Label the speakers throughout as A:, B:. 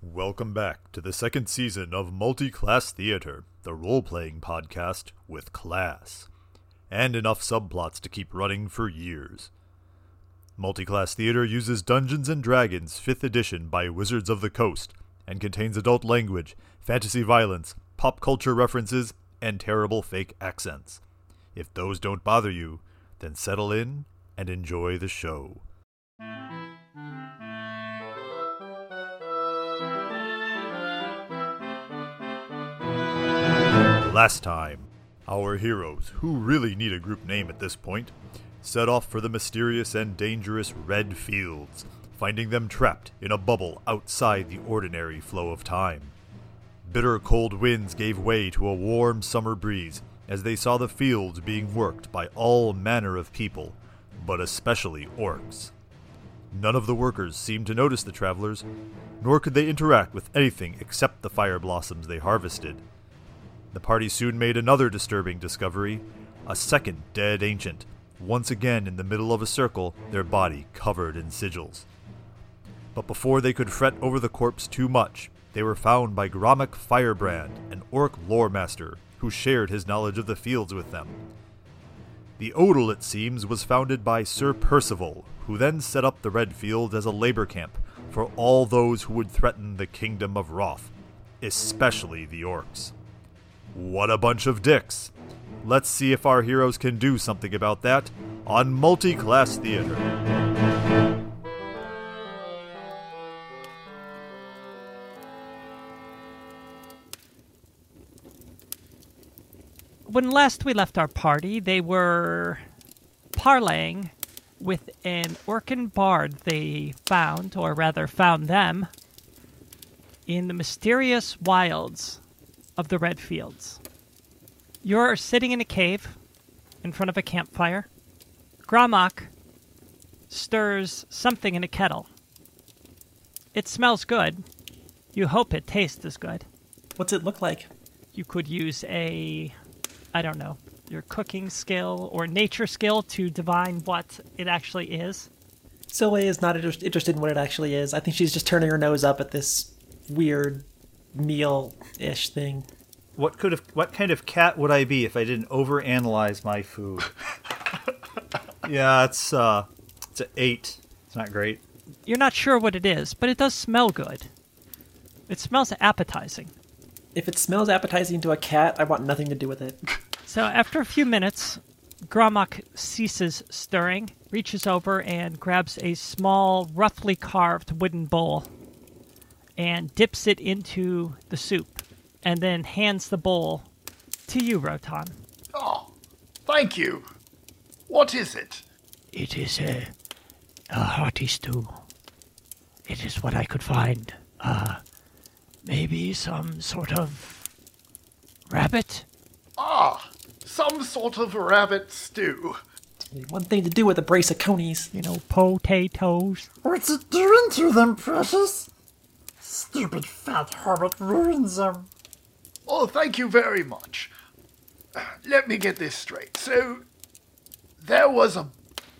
A: Welcome back to the second season of Multi Class Theater, the role playing podcast with class, and enough subplots to keep running for years. Multi Class Theater uses Dungeons and Dragons 5th edition by Wizards of the Coast and contains adult language, fantasy violence, pop culture references, and terrible fake accents. If those don't bother you, then settle in and enjoy the show. Last time, our heroes, who really need a group name at this point, set off for the mysterious and dangerous Red Fields, finding them trapped in a bubble outside the ordinary flow of time. Bitter cold winds gave way to a warm summer breeze as they saw the fields being worked by all manner of people, but especially orcs. None of the workers seemed to notice the travelers, nor could they interact with anything except the fire blossoms they harvested. The party soon made another disturbing discovery a second dead ancient, once again in the middle of a circle, their body covered in sigils. But before they could fret over the corpse too much, they were found by Gromek Firebrand, an orc lore master, who shared his knowledge of the fields with them. The Odal, it seems, was founded by Sir Percival, who then set up the Red Fields as a labor camp for all those who would threaten the kingdom of Roth, especially the orcs. What a bunch of dicks! Let's see if our heroes can do something about that on multi class theater.
B: when last we left our party, they were parlaying with an Orkin bard they found, or rather found them, in the mysterious wilds of the Red Fields. You're sitting in a cave in front of a campfire. Gramak stirs something in a kettle. It smells good. You hope it tastes as good.
C: What's it look like?
B: you could use a i don't know your cooking skill or nature skill to divine what it actually is
C: Zoe is not inter- interested in what it actually is. I think she's just turning her nose up at this weird meal ish thing.
D: What could have? What kind of cat would I be if I didn't overanalyze my food? yeah, it's uh, it's an eight. It's not great.
B: you're not sure what it is but it does smell good it smells appetizing
C: If it smells appetizing to a cat, I want nothing to do with it.
B: so after a few minutes gromak ceases stirring reaches over and grabs a small roughly carved wooden bowl and dips it into the soup and then hands the bowl to you rotan
E: Thank you. What is it?
F: It is a, a hearty stew. It is what I could find. Uh, maybe some sort of rabbit?
E: Ah, Some sort of rabbit stew.
C: One thing to do with a brace of conies.
B: you know, potatoes.
G: What's it doing to them, precious? Stupid fat Hobbit ruins them.
E: Oh, thank you very much. Let me get this straight. So, there was a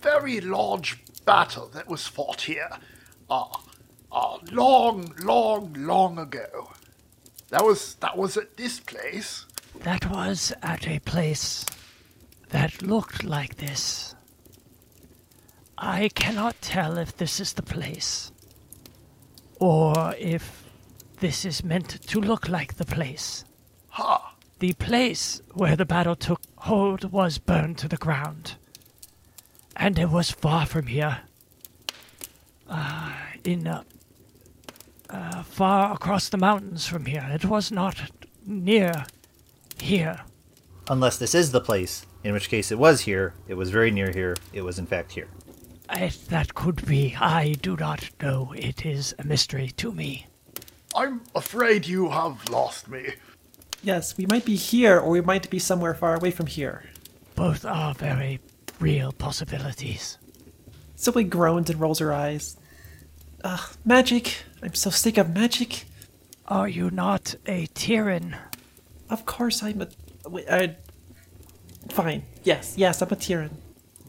E: very large battle that was fought here. Ah, ah, long, long, long ago. That was that was at this place.
F: That was at a place that looked like this. I cannot tell if this is the place or if this is meant to look like the place.
E: Ha!
F: The place where the battle took hold was burned to the ground. And it was far from here. Uh, in uh, uh, far across the mountains from here. It was not near here.
D: Unless this is the place, in which case it was here. It was very near here. It was in fact here.
F: I, that could be. I do not know. It is a mystery to me.
E: I'm afraid you have lost me.
C: Yes, we might be here or we might be somewhere far away from here.
F: Both are very real possibilities.
C: Zoe groans and rolls her eyes. Ugh, magic. I'm so sick of magic.
F: Are you not a Tyran?
C: Of course I'm a. wait, I, fine. Yes, yes, I'm a Tyrion.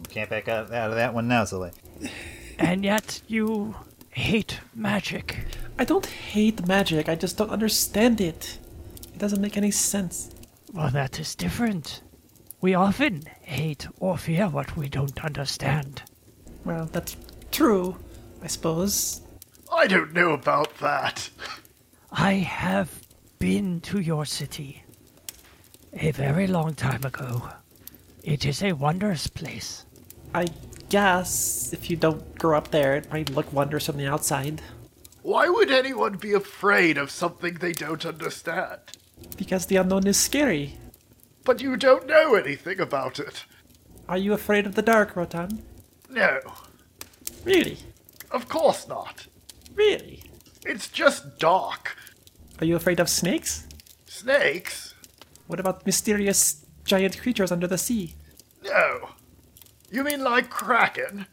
D: Can't back out, out of that one now, Zoe.
F: And yet you hate magic.
C: I don't hate magic. I just don't understand it. It doesn't make any sense.
F: Well, that is different. We often hate or fear what we don't understand.
C: Well, that's true, I suppose.
E: I don't know about that.
F: I have been to your city a very long time ago. It is a wondrous place.
C: I guess if you don't grow up there, it might look wondrous from the outside.
E: Why would anyone be afraid of something they don't understand?
C: Because the unknown is scary.
E: But you don't know anything about it.
C: Are you afraid of the dark, Rotan?
E: No,
C: Really?
E: of course not.
C: Really?
E: It's just dark.
C: Are you afraid of snakes?
E: Snakes?
C: What about mysterious giant creatures under the sea?
E: No. You mean like kraken?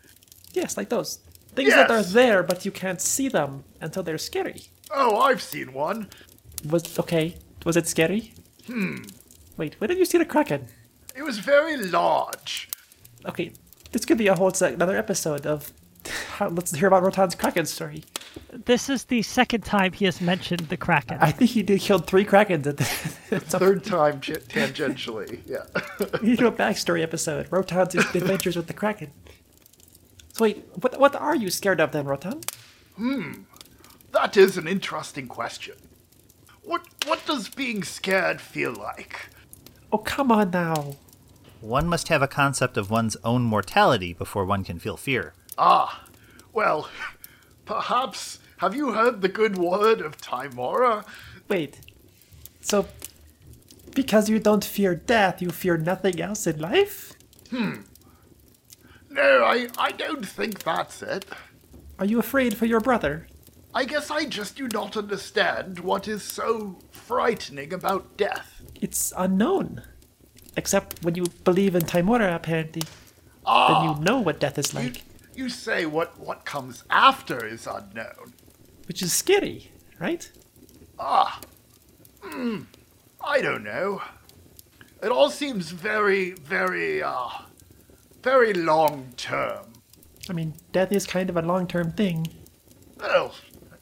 C: Yes, like those. Things that are
E: Yes.
C: there, but you can't see them until they're scary.
E: Oh, I've seen one.
C: Was okay. Was it scary? Hmm. Wait, where did you see the kraken?
E: It was very large.
C: Okay, this could be a whole sec- another episode of. How, let's hear about Rotan's kraken story.
B: This is the second time he has mentioned the kraken.
C: I think he did killed three krakens at the. at some-
E: Third time j- tangentially, yeah.
C: We need to do a backstory episode. Rotan's adventures with the kraken. So wait, what what are you scared of then, Rotan?
E: That is an interesting question. What what does being scared feel like?
C: Oh come on now.
A: One must have a concept of one's own mortality before one can feel fear.
E: Ah, well, perhaps have you heard the good word of Timora?
C: Wait. So, because you don't fear death, you fear nothing else in life?
E: No, I, I don't think that's it.
C: Are you afraid for your brother?
E: I guess I just do not understand what is so frightening about death.
C: It's unknown. Except when you believe in Taimura, apparently. Then you know what death is
E: Ah. You,
C: like,
E: you say what, what comes after is unknown.
C: which is scary, right?
E: I don't know. It all seems very, very, uh, very long term.
C: I mean, death is kind of a long term thing.
E: Well,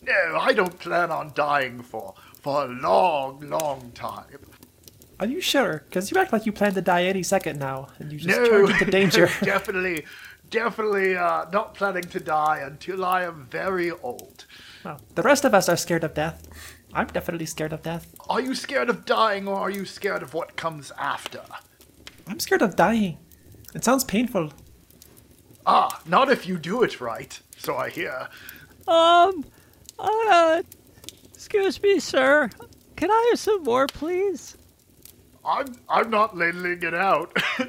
E: no, I don't plan on dying for for a long, long time.
C: Are you sure? Because you act like you plan to die any second now, and you just
E: no,
C: turned into danger.
E: definitely, definitely uh, not planning to die until I am very old.
C: well, the rest of us are scared of death. I'm definitely scared of death.
E: Are you scared of dying, or are you scared of what comes after?
C: I'm scared of dying. It sounds painful.
E: Ah, not if you do it right. So I hear.
B: Um, uh, excuse me, sir. Can I have some more, please?
E: I'm I'm not ladling it out.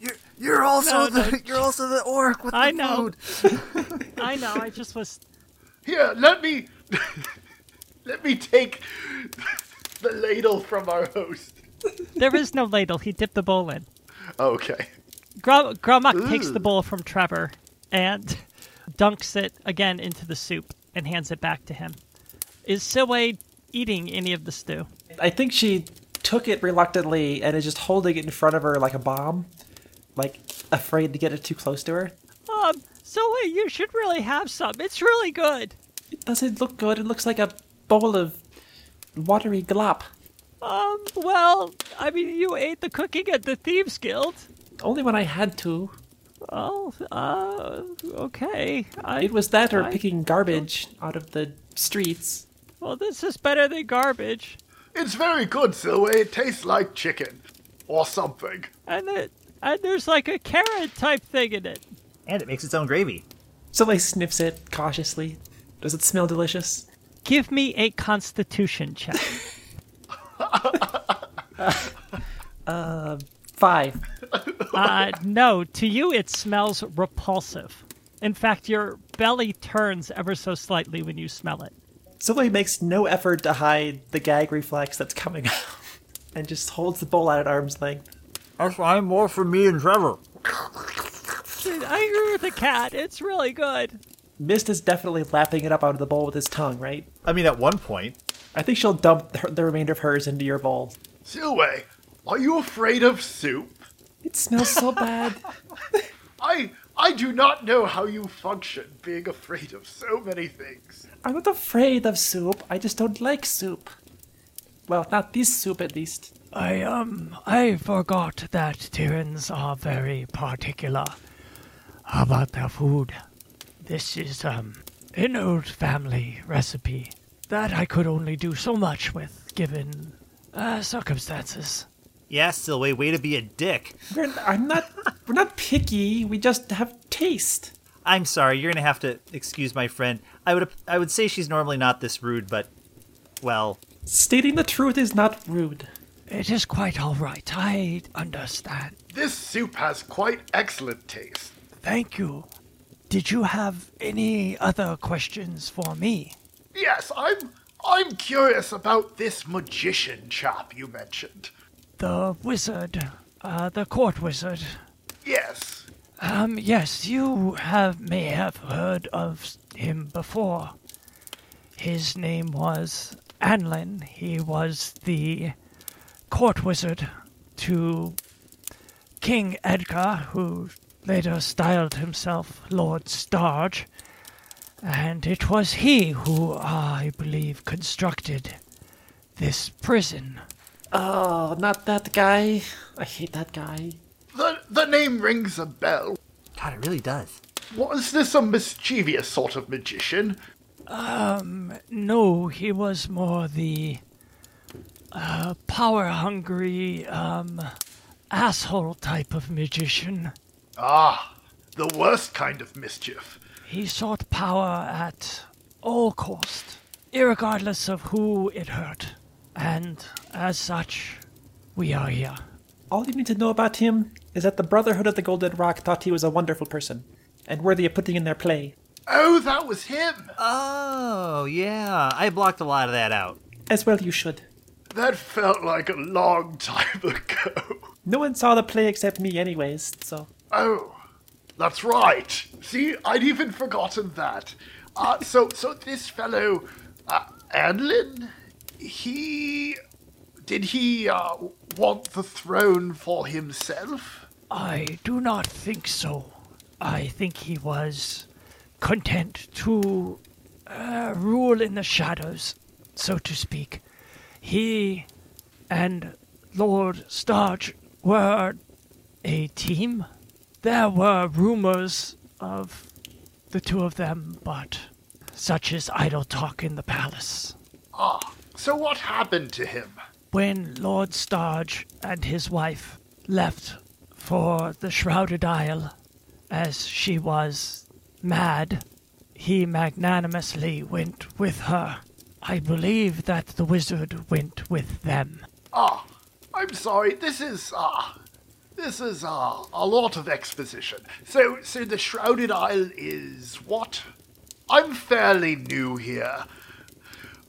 A: You're, you're also
B: No, no.
A: the you're also the orc with
B: I
A: the
B: know.
A: food.
B: I know. I just was.
E: Here, let me let me take the ladle from our host.
B: There is no ladle. He dipped the bowl in.
E: Okay.
B: Grom- Gromok takes the bowl from Trevor and dunks it again into the soup and hands it back to him. Is Silway eating any of the stew?
C: I think she took it reluctantly and is just holding it in front of her like a bomb, like afraid to get it too close to her.
B: Um, Silway, you should really have some. It's really good.
C: It doesn't look good. It looks like a bowl of watery glop.
B: Um, well, I mean, you ate the cooking at the Thieves Guild.
C: Only when I had to.
B: Oh, uh, okay. I,
C: It was that or
B: I-
C: picking garbage out of the streets.
B: Well, this is better than garbage.
E: It's very good, Silway. It tastes like chicken. Or something.
B: And it, and there's like a carrot type thing in it.
A: And it makes its own gravy.
C: So they sniffs it cautiously. Does it smell delicious?
B: Give me a constitution check.
C: Five.
B: Uh, no, to you it smells repulsive. In fact, your belly turns ever so slightly when you smell it.
C: Silly makes no effort to hide the gag reflex that's coming out and just holds the bowl out at arm's length.
G: That's why more for me and Trevor.
B: Dude, I agree with the cat. It's really good.
C: Mist is definitely lapping it up out of the bowl with his tongue, right?
A: I mean, at one point,
C: I think she'll dump the, the remainder of hers into your bowl.
E: Silway, are you afraid of soup?
C: It smells so bad.
E: I I do not know how you function being afraid of so many things.
C: I'm not afraid of soup. I just don't like soup. Well, not this soup at least.
B: I um I forgot that Tyrans are very particular about their food. This is um an old family recipe that I could only do so much with given uh, circumstances.
A: Yeah, Silway, way to be a dick.
C: We're, I'm not. We're not picky. We just have taste.
A: I'm sorry, you're gonna have to excuse my friend. I would I would say she's normally not this rude, but well,
C: Stating the truth is not rude.
B: It is quite all right. I understand.
E: This soup has quite excellent taste.
B: Thank you. Did you have any other questions for me?
E: Yes, I'm I'm curious about this magician chap you mentioned.
B: The wizard, uh, the court wizard.
E: Yes.
B: Um, yes, you have may have heard of him before. His name was Anlin. He was the court wizard to King Edgar, who later styled himself Lord Starge. And it was he who, I believe, constructed this prison.
C: Oh, not that guy. I hate that guy.
E: The the name rings a bell.
A: God, it really does.
E: Was this a mischievous sort of magician?
B: No, he was more the uh, power hungry, um, asshole type of magician.
E: Ah, the worst kind of mischief.
B: He sought power at all cost, irregardless of who it hurt. And as such, we are here.
C: All you need to know about him is that the Brotherhood of the Golden Rock thought he was a wonderful person and worthy of putting in their play.
E: Oh, that was him.
A: Oh yeah, I blocked a lot of that out.
C: As well, you should.
E: That felt like a long time ago.
C: No one saw the play except me, anyways, so.
E: Oh, that's right. See, I'd even forgotten that. Uh, so, so this fellow, uh, Anlin, he did he uh, want the throne for himself?
B: I do not think so. I think he was content to uh, rule in the shadows, so to speak. He and Lord Starch were a team. There were rumors of the two of them, but such is idle talk in the palace.
E: So what happened to him?
B: when Lord Starge and his wife left for the Shrouded Isle, as she was mad, he magnanimously went with her. I believe that the wizard went with them.
E: Ah, I'm sorry. This is ah, this is ah, a lot of exposition. So, so the Shrouded Isle is what? I'm fairly new here.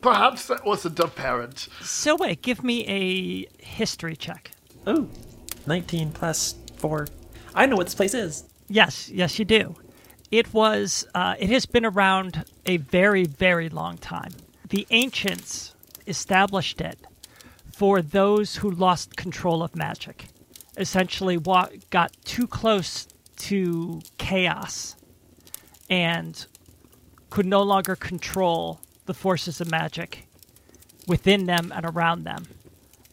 E: Perhaps that wasn't apparent.
H: So wait, give me a history check.
C: Oh, 19 plus 4. I know what this place is.
H: Yes, yes, you do. It was. Uh, it has been around a very, very long time. The ancients established it for those who lost control of magic, essentially wa- got too close to chaos, and could no longer control the forces of magic within them and around them,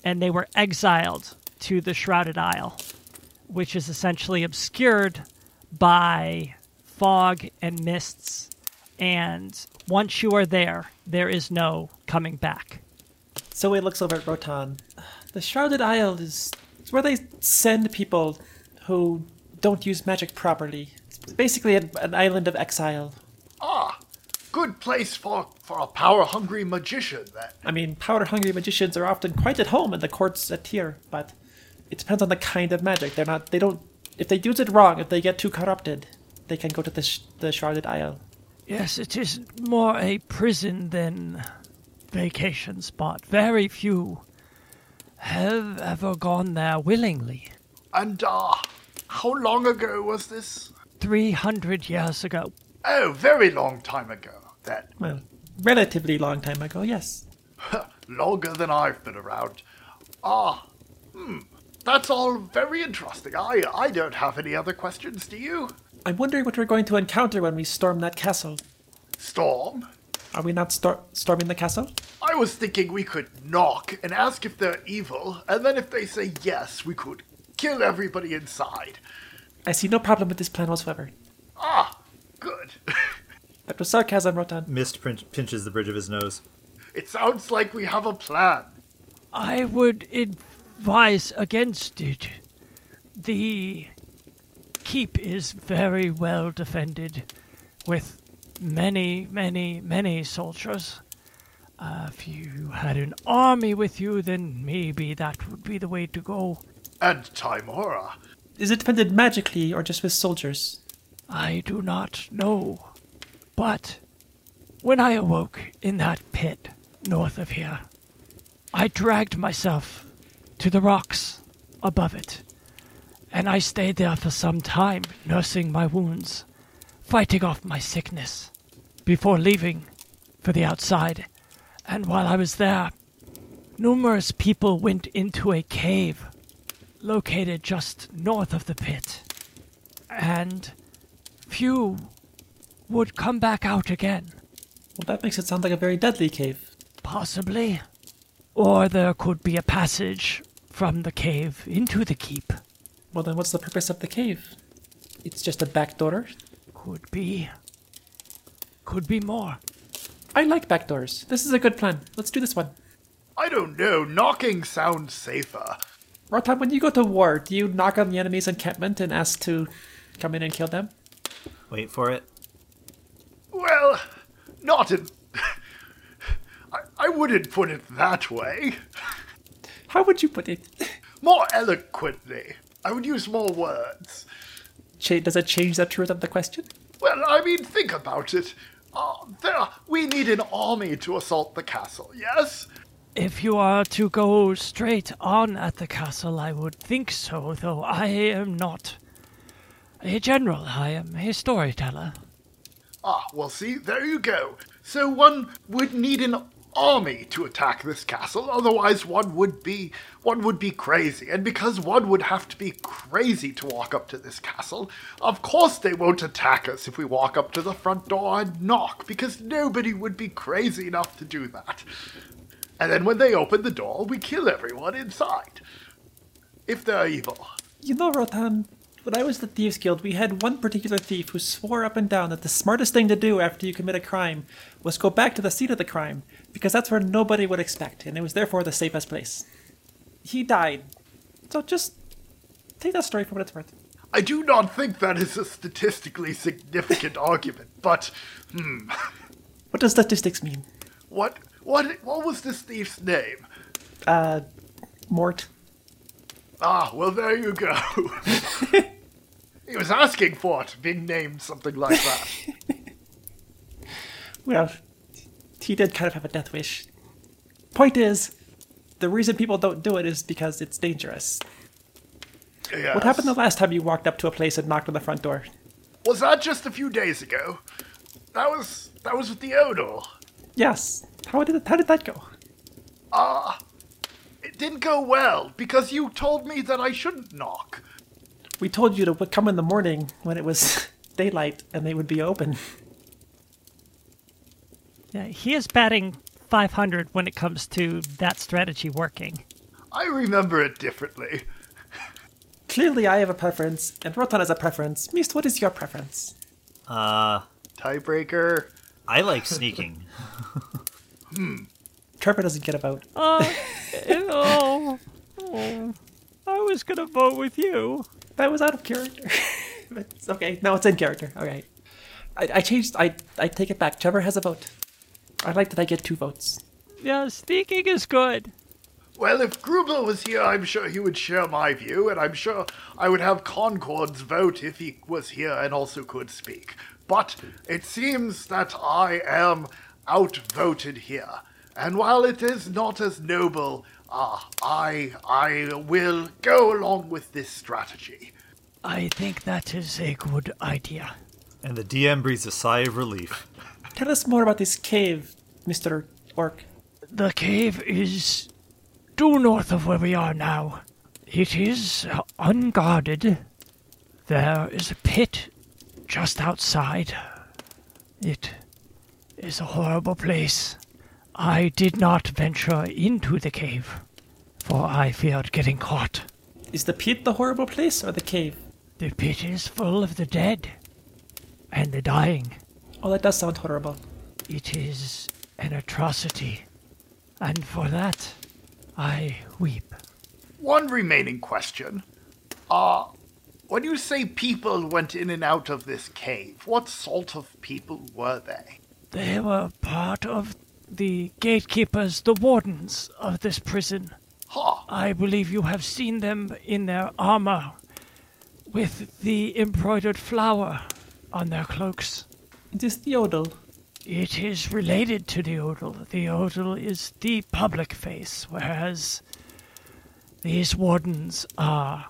H: and they were exiled to the Shrouded Isle which is essentially obscured by fog and mists. And once you are there, there is no coming back.
C: So he looks over at Rotan. The Shrouded Isle is it's where they send people who don't use magic properly. It's basically an, an island of exile.
E: Good place for for a power-hungry magician. Then.
C: I mean, powder hungry magicians are often quite at home in the courts at here, but it depends on the kind of magic. They're not, they don't, if they use it wrong, if they get too corrupted, they can go to the, sh- the Shrouded Isle.
B: Yes, it is more a prison than vacation spot. Very few have ever gone there willingly.
E: And ah, how long ago was this?
B: 300 years ago.
E: Oh, very long time ago. Then
C: Well, relatively long time ago, yes.
E: longer than I've been around. Ah, hmm. That's all very interesting. I I don't have any other questions. Do you?
C: I'm wondering what we're going to encounter when we storm that castle.
E: Storm,
C: Are we not stor- storming the castle?
E: I was thinking we could knock and ask if they're evil, and then if they say yes, we could kill everybody inside.
C: I see no problem with this plan whatsoever.
E: Ah, good.
C: That was sarcasm, Rotan.
A: Mist pin- pinches the bridge of his nose.
E: it sounds like we have a plan.
B: I would advise against it. The keep is very well defended with many, many, many soldiers. Uh, if you had an army with you, then maybe that would be the way to go.
E: And Timora.
C: Is it defended magically or just with soldiers?
B: I do not know. But when I awoke in that pit north of here, I dragged myself to the rocks above it, and I stayed there for some time, nursing my wounds, fighting off my sickness, before leaving for the outside. And while I was there, numerous people went into a cave located just north of the pit. And few would come back out again,
C: Well, that makes it sound like a very deadly cave.
B: possibly. Or there could be a passage from the cave into the keep.
C: Well, then what's the purpose of the cave? It's just a back door?
B: Could be. Could be more.
C: I like back doors. This is a good plan. Let's do this one.
E: I don't know, knocking sounds safer.
C: Rotan, when you go to war, do you knock on the enemy's encampment and ask to come in and kill them?
A: Wait for it.
E: Well, not in. I, I wouldn't put it that way.
C: How would you put it?
E: More eloquently. I would use more words.
C: Cha- Does it change the truth of the question?
E: Well, I mean, think about it. Uh, there, we need an army to assault the castle, yes?
B: If you are to go straight on at the castle, I would think so, though I am not a general. I am a storyteller.
E: Ah, well, see, there you go. So one would need an army to attack this castle, otherwise one would be one would be crazy. And because one would have to be crazy to walk up to this castle, of course they won't attack us if we walk up to the front door and knock, because nobody would be crazy enough to do that. And then when they open the door, we kill everyone inside. If they're evil.
C: You know, Rotan, when I was at the Thieves Guild, we had one particular thief who swore up and down that the smartest thing to do after you commit a crime was go back to the scene of the crime, because that's where nobody would expect, and it was therefore the safest place. He died. So just take that story for what it's worth.
E: I do not think that is a statistically significant argument, but hmm.
C: What does statistics mean?
E: What what what was this thief's name?
C: Uh, Mort.
E: Ah, well there you go. he was asking for it, being named something like that.
C: Well, he did kind of have a death wish. Point is, the reason people don't do it is because it's dangerous. What
E: Yes.
C: happened the last time you walked up to a place and knocked on the front door?
E: Was that just a few days ago? That was that was with the Odor.
C: Yes. How did how did that go?
E: It didn't go well because you told me that I shouldn't knock.
C: We told you to w- come in the morning when it was daylight and they would be open.
I: Yeah, he is batting 500 when it comes to that strategy working.
E: I remember it differently.
C: Clearly, I have a preference, and Rotan has a preference. Mist, what is your preference?
A: Uh,
E: Tiebreaker.
A: I like sneaking.
C: Trevor doesn't get a vote.
I: Uh, oh, oh, I was going to vote with you.
C: That was out of character. but it's okay, now it's in character. All right. I, I changed. I I take it back. Trevor has a vote. I like that I get two votes.
I: Yeah, sneaking is good.
E: Well, if Grubler was here, I'm sure he would share my view, and I'm sure I would have Concord's vote if he was here and also could speak. But it seems that I am outvoted here, and while it is not as noble, ah, I I will go along with this strategy.
B: I think that is a good idea.
A: And the DM breathes a sigh of relief.
C: Tell us more about this cave, Mister Orc.
B: The cave is due north of where we are now. It is uh, unguarded. There is a pit
F: just outside. It is a horrible place. I did not venture into the cave, for I feared getting caught.
C: Is the pit the horrible place or the cave?
F: The pit is full of the dead and the dying.
C: Oh, that does sound horrible.
F: It is an atrocity, and for that I weep.
E: One remaining question. Uh, when you say people went in and out of this cave, what sort of people were they?
F: They were part of the gatekeepers, the wardens of this prison.
E: Ha!
F: I believe you have seen them in their armor with the embroidered flower on their cloaks.
C: It is the odal.
F: It is related to the odal. The odal is the public face, whereas these wardens are.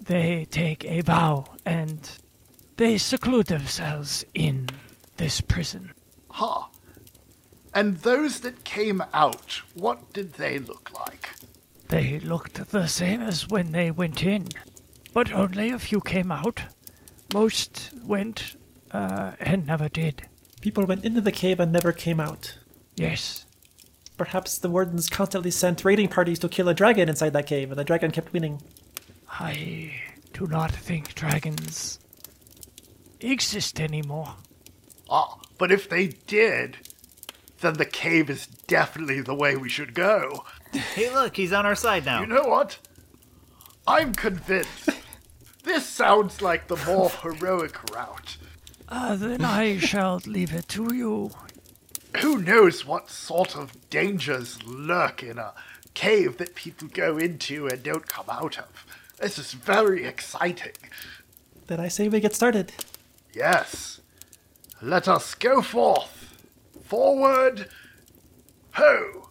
F: They take a vow and they seclude themselves in this prison.
E: Ha! And those that came out, what did they look like?
F: They looked the same as when they went in, but only a few came out. Most went uh, and never did.
C: People went into the cave and never came out.
F: Yes,
C: Perhaps the wardens constantly sent raiding parties to kill a dragon inside that cave, and the dragon kept winning.
F: I do not think dragons exist anymore.
E: Ah, but if they did, then the cave is definitely the way we should go.
A: Hey, look, he's on our side now.
E: You know what? I'm convinced. this sounds like the more heroic route.
F: Uh, then I shall leave it to you.
E: Who knows what sort of dangers lurk in a cave that people go into and don't come out of? This is very exciting.
C: Then I say we get started.
E: Yes. Let us go forth. Forward. Ho!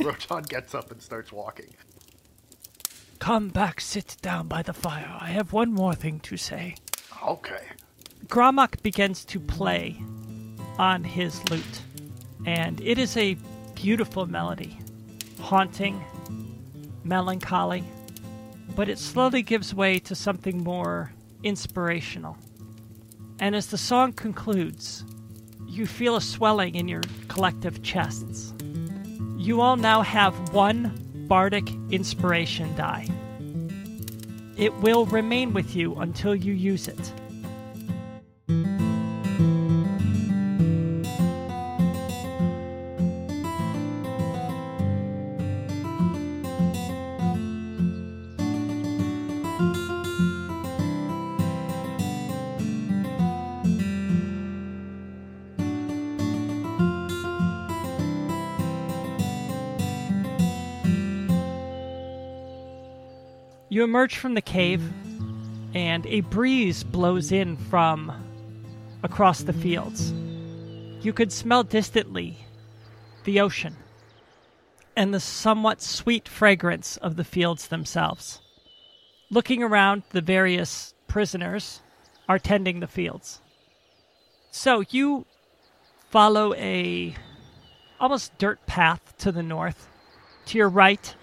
E: Rotan gets up and starts walking.
F: Come back, sit down by the fire. I have one more thing to say.
E: Okay.
B: Gromok begins to play on his lute, and it is a beautiful melody, haunting, melancholy, but it slowly gives way to something more inspirational. And as the song concludes, you feel a swelling in your collective chests. You all now have one bardic inspiration die. It will remain with you until you use it. You emerge from the cave, and a breeze blows in from across the fields. You could smell distantly the ocean and the somewhat sweet fragrance of the fields themselves. Looking around, the various prisoners are tending the fields. So you follow a almost dirt path to the north. To your right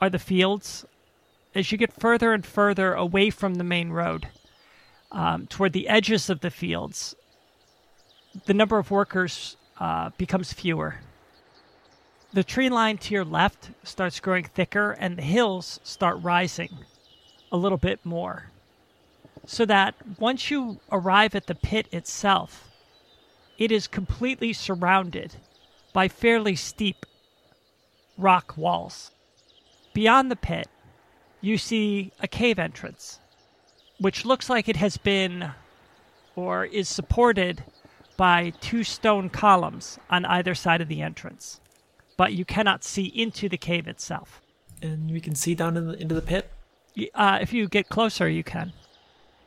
B: are the fields as you get further and further away from the main road, um, toward the edges of the fields, the number of workers uh, becomes fewer. The tree line to your left starts growing thicker, and the hills start rising a little bit more. So that once you arrive at the pit itself, it is completely surrounded by fairly steep rock walls. Beyond the pit, you see a cave entrance, which looks like it has been or is supported by two stone columns on either side of the entrance. But you cannot see into the cave itself.
C: And we can see down in the, into the pit.
B: Y- Uh, if you get closer, you can.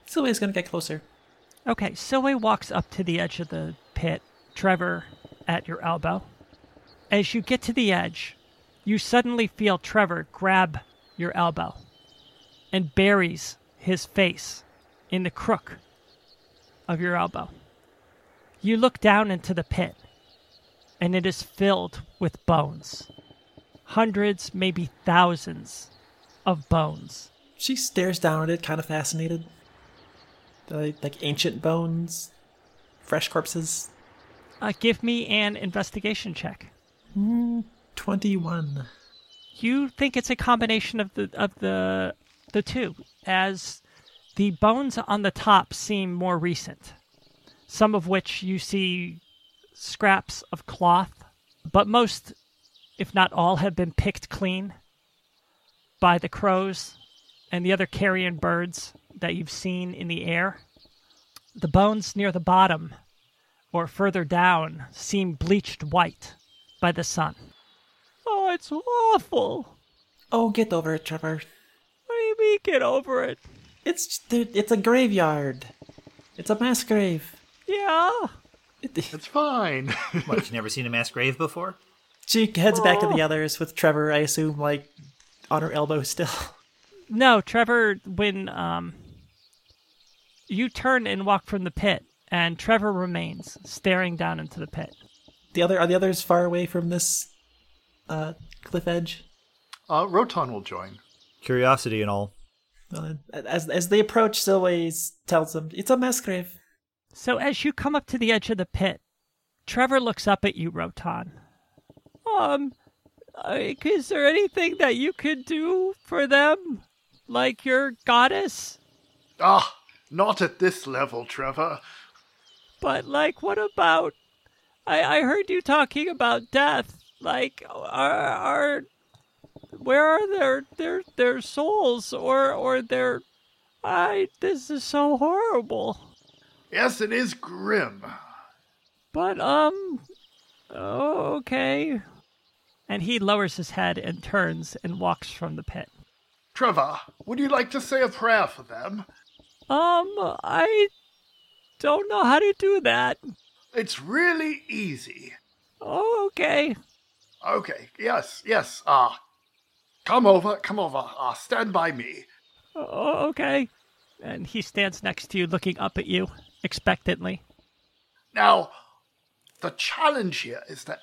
C: Sylvia's gonna get closer.
B: Okay, Silway walks up to the edge of the pit, Trevor at your elbow. As you get to the edge, you suddenly feel Trevor grab your elbow and buries his face in the crook of your elbow. You look down into the pit, and it is filled with bones. Hundreds, maybe thousands of bones.
C: She stares down at it, kind of fascinated. Like, like ancient bones, fresh corpses.
B: Uh, give me an investigation check.
C: 21.
B: You think it's a combination of the of the the two, as the bones on the top seem more recent. Some of which you see scraps of cloth, but most, if not all, have been picked clean by the crows and the other carrion birds that you've seen in the air. The bones near the bottom or further down seem bleached white by the sun. Oh, it's awful.
C: Oh, get over it, Trevor.
B: What do you mean, get over it?
C: It's just- there- it's a graveyard. It's a mass grave.
B: Yeah.
C: It-
E: It's fine.
A: What, you've never seen a mass grave before?
C: She heads back to the others with Trevor, I assume, like on her elbow still.
B: No, Trevor, when um, you turn and walk from the pit, and Trevor remains staring down into the pit.
C: The other are the others far away from this uh, cliff edge.
E: Uh, Roton will join.
A: Curiosity and all.
C: Well, as as they approach, Silways tells them it's a mass grave.
B: So as you come up to the edge of the pit, Trevor looks up at you, Rotan. Um, I- is there anything that you could do for them? Like your goddess?
E: Ah, not at this level, Trevor.
B: But like, what about? I I heard you talking about death. Like, are are where are their their their souls or or their? I this is so horrible.
E: Yes, it is grim.
B: But um, oh, okay. And he lowers his head and turns and walks from the pit.
E: Trevor, would you like to say a prayer for them?
B: Um, I don't know how to do that.
E: It's really easy.
B: Oh, okay.
E: Okay, yes, yes, ah. come over, come over, ah, stand by me.
B: Oh, okay. And he stands next to you, looking up at you expectantly.
E: Now, the challenge here is that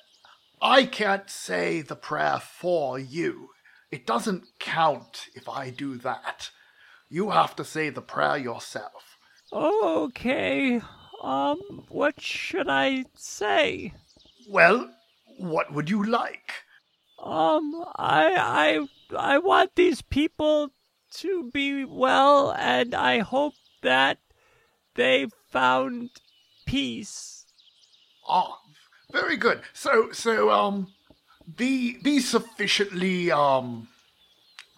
E: I can't say the prayer for you. It doesn't count if I do that. You have to say the prayer yourself.
B: Okay. Um, what should I say?
E: Well, what would you like?
B: Um, I, I, I want these people to be well, and I hope that they found peace.
E: Ah, very good. So, so, um, be be sufficiently um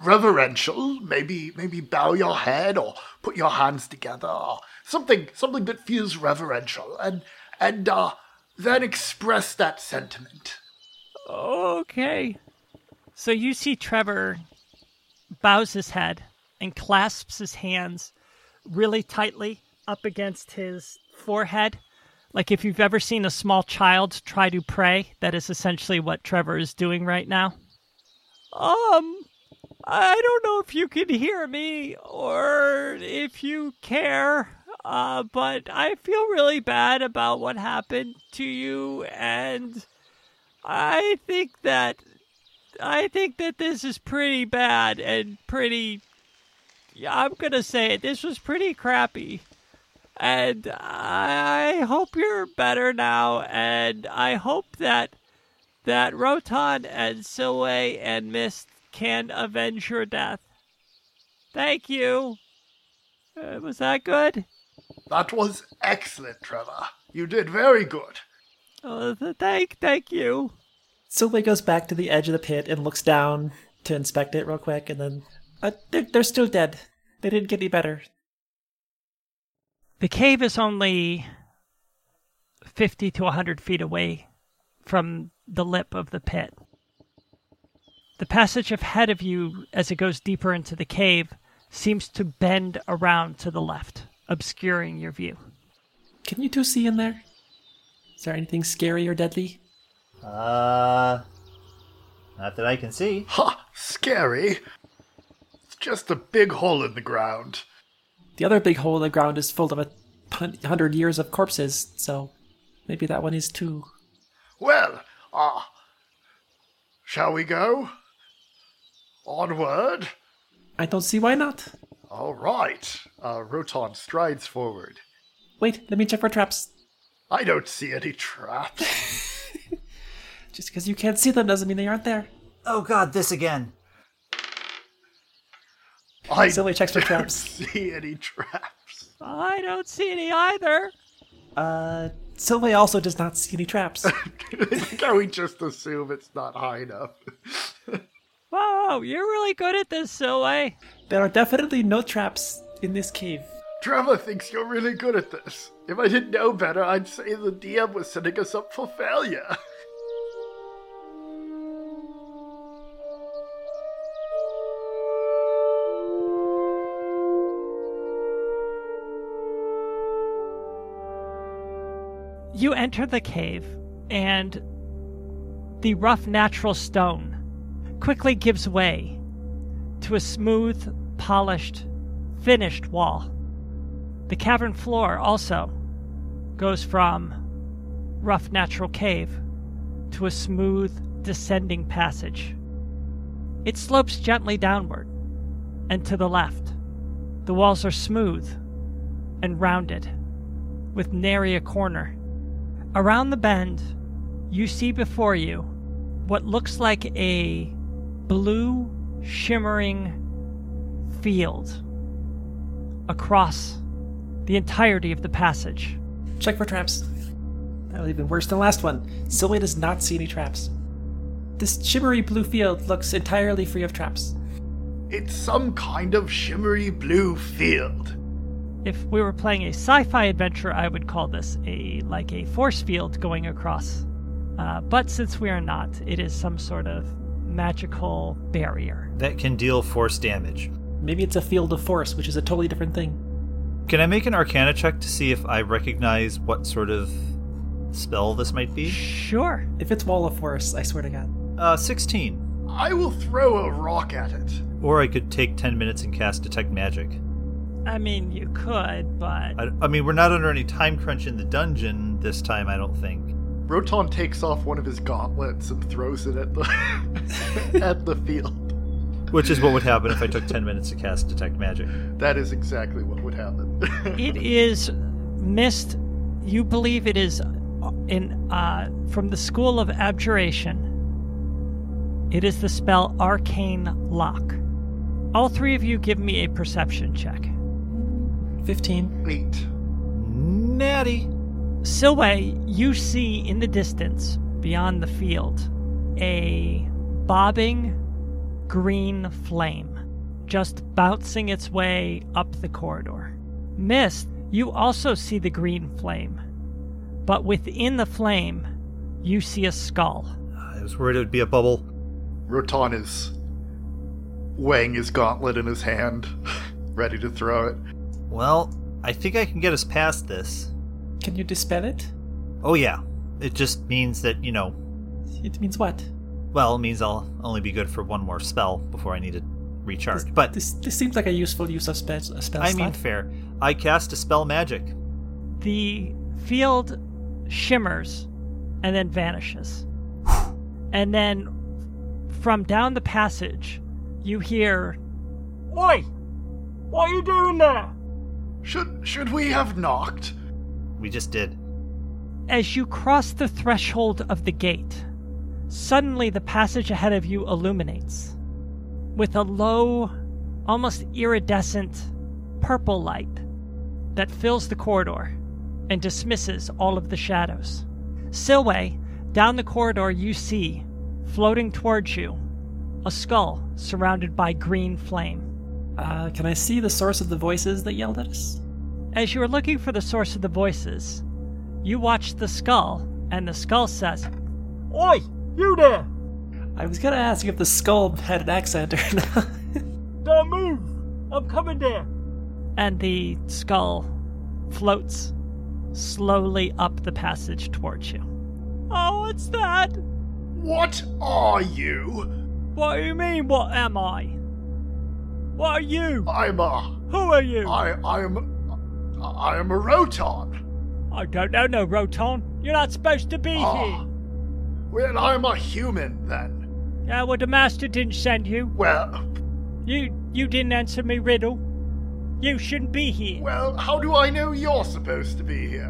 E: reverential. Maybe, maybe bow your head or put your hands together. Or something, something that feels reverential, and and uh, then express that sentiment.
B: Okay. So you see Trevor bows his head and clasps his hands really tightly up against his forehead. Like if you've ever seen a small child try to pray, that is essentially what Trevor is doing right now. Um, I don't know if you can hear me or if you care, uh, but I feel really bad about what happened to you and. I think that I think that this is pretty bad and pretty yeah, I'm going to say it. This was pretty crappy. And I hope you're better now and I hope that that Roton and Silway and Mist can avenge your death. Thank you. Uh, was that good?
E: That was excellent, Trevor. You did very good.
B: Uh, th- thank thank you.
C: Silway goes back to the edge of the pit and looks down to inspect it real quick, and then uh, they're, they're still dead. They didn't get any better.
B: The cave is only 50 to 100 feet away from the lip of the pit. The passage ahead of you, as it goes deeper into the cave, seems to bend around to the left, obscuring your view.
C: Can you two see in there? Is there anything scary or deadly?
A: Uh, not that I can see.
E: Ha! Scary. It's just a big hole in the ground.
C: The other big hole in the ground is full of a hun- hundred years of corpses, so maybe that one is too.
E: Well, ah, shall we go? Onward.
C: I don't see why not.
E: All right. Uh, Roton strides forward.
C: Wait, let me check for traps.
E: I don't see any traps.
C: Just because you can't see them doesn't mean they aren't there.
A: Oh god, this again.
E: I
C: Silly checks for
E: don't
C: traps.
E: see any traps.
B: I don't see any either.
C: Uh, Silve also does not see any traps.
E: Can we just assume it's not high enough?
B: Whoa, you're really good at this, Silway.
C: there are definitely no traps in this cave.
E: Trevor thinks you're really good at this. If I didn't know better, I'd say the DM was setting us up for failure.
B: You enter the cave, and the rough natural stone quickly gives way to a smooth, polished, finished wall. The cavern floor also goes from rough natural cave to a smooth, descending passage. It slopes gently downward and to the left. The walls are smooth and rounded, with nary a corner. Around the bend, you see before you what looks like a blue shimmering field across the entirety of the passage.
C: Check for traps. That was even worse than the last one. Silway does not see any traps. This shimmery blue field looks entirely free of traps.
E: It's some kind of shimmery blue field.
B: If we were playing a sci-fi adventure, I would call this a like a force field going across. Uh, but since we are not, it is some sort of magical barrier.
A: That can deal force damage.
C: Maybe it's a field of force, which is a totally different thing.
A: Can I make an arcana check to see if I recognize what sort of spell this might be?
B: Sure.
C: If it's wall of force, I swear to God.
A: Uh, 16.
E: I will throw a rock at it.
A: Or I could take 10 minutes and cast Detect Magic.
B: I mean, you could, but
A: I, I mean, we're not under any time crunch in the dungeon this time, I don't think.
E: Roton takes off one of his gauntlets and throws it at the at the field.
A: Which is what would happen if I took 10 minutes to cast Detect Magic.
E: That is exactly what would happen.
B: it is mist. You believe it is uh, in uh, from the school of abjuration. It is the spell arcane lock. All three of you give me a perception check.
C: 15.
E: Eight.
A: Natty!
B: Silway, you see in the distance, beyond the field, a bobbing green flame just bouncing its way up the corridor. Mist, you also see the green flame, but within the flame, you see a skull.
A: I was worried it would be a bubble.
E: Roton is weighing his gauntlet in his hand, ready to throw it.
A: Well, I think I can get us past this.
C: Can you dispel it?
A: Oh, yeah. It just means that, you know,
C: It means what?
A: well, it means I'll only be good for one more spell before I need to recharge. but
C: This this seems like a useful use of spe- a spell
A: I
C: slot.
A: mean, fair. I cast a spell magic.
B: The field shimmers and then vanishes. And then from down the passage, you hear
F: Oi! What are you doing there?
E: Should should we have knocked?
A: We just did.
B: As you cross the threshold of the gate, suddenly the passage ahead of you illuminates with a low, almost iridescent purple light that fills the corridor and dismisses all of the shadows. Silway, down the corridor, you see, floating towards you, a skull surrounded by green flame.
C: Uh, can I see the source of the voices that yelled at us?
B: As you are looking for the source of the voices, you watch the skull, and the skull says,
F: Oi! You there!
C: I was gonna ask if the skull had an accent or not.
F: Don't move! I'm coming there!
B: and the skull floats slowly up the passage towards you. Oh, what's that?
E: What are you?
B: What do you mean, what am I? What are you?
E: I'm a
B: Who are you?
E: I I'm I am a Roton.
B: I don't know, no, Roton. You're not supposed to be
E: Ah. Well, I'm a human then.
B: here. Yeah, well, the master didn't send you.
E: Well,
B: You you didn't answer me riddle. You shouldn't be here.
E: Well, how do I know you're supposed to be here?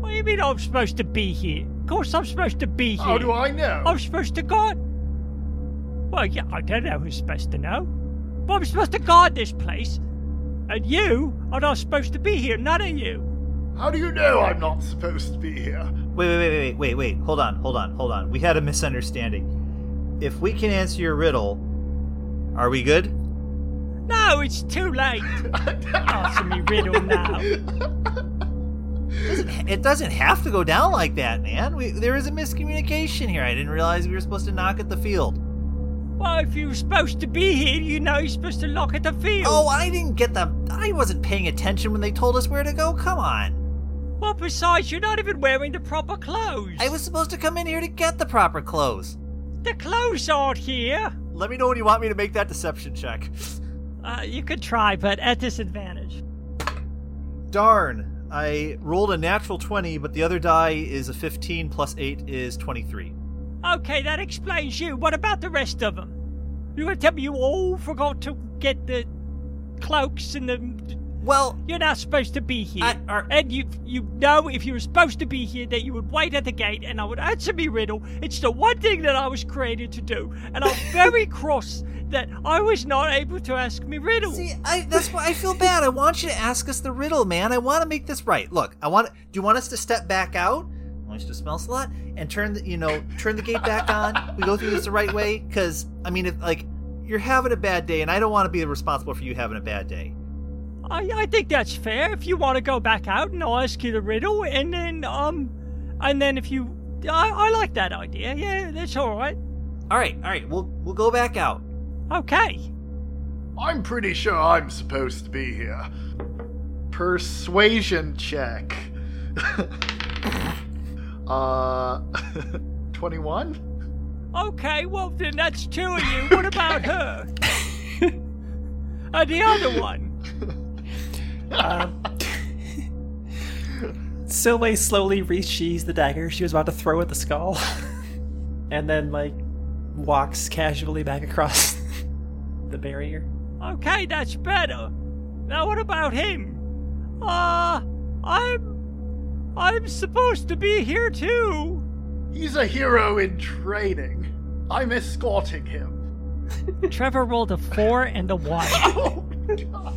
B: What do you mean I'm supposed to be here? Of course I'm supposed to be here.
E: How do I know?
B: I'm supposed to guard. Well, yeah, I don't know who's supposed to know. But I'm supposed to guard this place. And you are not supposed to be here, none of you.
E: How do you know I'm not supposed to be here?
A: Wait, wait, wait, wait, wait, wait. Hold on, hold on, hold on. We had a misunderstanding. If we can answer your riddle, are we good?
B: No, it's too late. Answer me riddle now.
A: It doesn't have to go down like that, man. We, there is a miscommunication here. I didn't realize we were supposed to knock at the field.
B: Well, if you were supposed to be here, you know you're supposed to lock at the field.
A: Oh, I didn't get the. I wasn't paying attention when they told us where to go. Come on.
B: Well, besides, you're not even wearing the proper clothes.
A: I was supposed to come in here to get the proper clothes.
B: The clothes aren't here.
A: Let me know when you want me to make that deception check.
B: Uh, you could try, but at disadvantage.
A: Darn. I rolled a natural 20, but the other die is a 15 plus 8 is 23.
B: Okay, that explains you. What about the rest of them? You gonna tell me you all forgot to get the cloaks and the?
A: Well,
B: You're not supposed to be here.
A: I- are-
B: and you you know if you were supposed to be here that you would wait at the gate and I would answer me riddle. It's the one thing that I was created to do, and I'm very cross that I was not able to ask me riddle.
A: see, I, that's why I feel bad. I want you to ask us the riddle, man. I want to make this right. Look, I want. Do you want us to step back out? I want you to smell slot and turn the, you know, turn the gate back on. We go through this the right way, because I mean, if like you're having a bad day, and I don't want to be responsible for you having a bad day.
B: I, I think that's fair. If you want to go back out and I'll ask you the riddle, and then um, and then if you, I, I like that idea. Yeah, that's all right.
A: All right, all right. We'll we'll go back out.
B: Okay.
E: I'm pretty sure I'm supposed to be here. Persuasion check. uh, 21?
B: Okay. Well, then that's two of you. What about her? and the other one.
C: Um, Silway slowly resheathes the dagger she was about to throw at the skull, and then like walks casually back across the barrier.
B: Okay, that's better. Now, what about him? Uh, I'm, I'm supposed to be here too.
E: He's a hero in training. I'm escorting him.
B: Trevor rolled a four and a one.
E: Oh, God.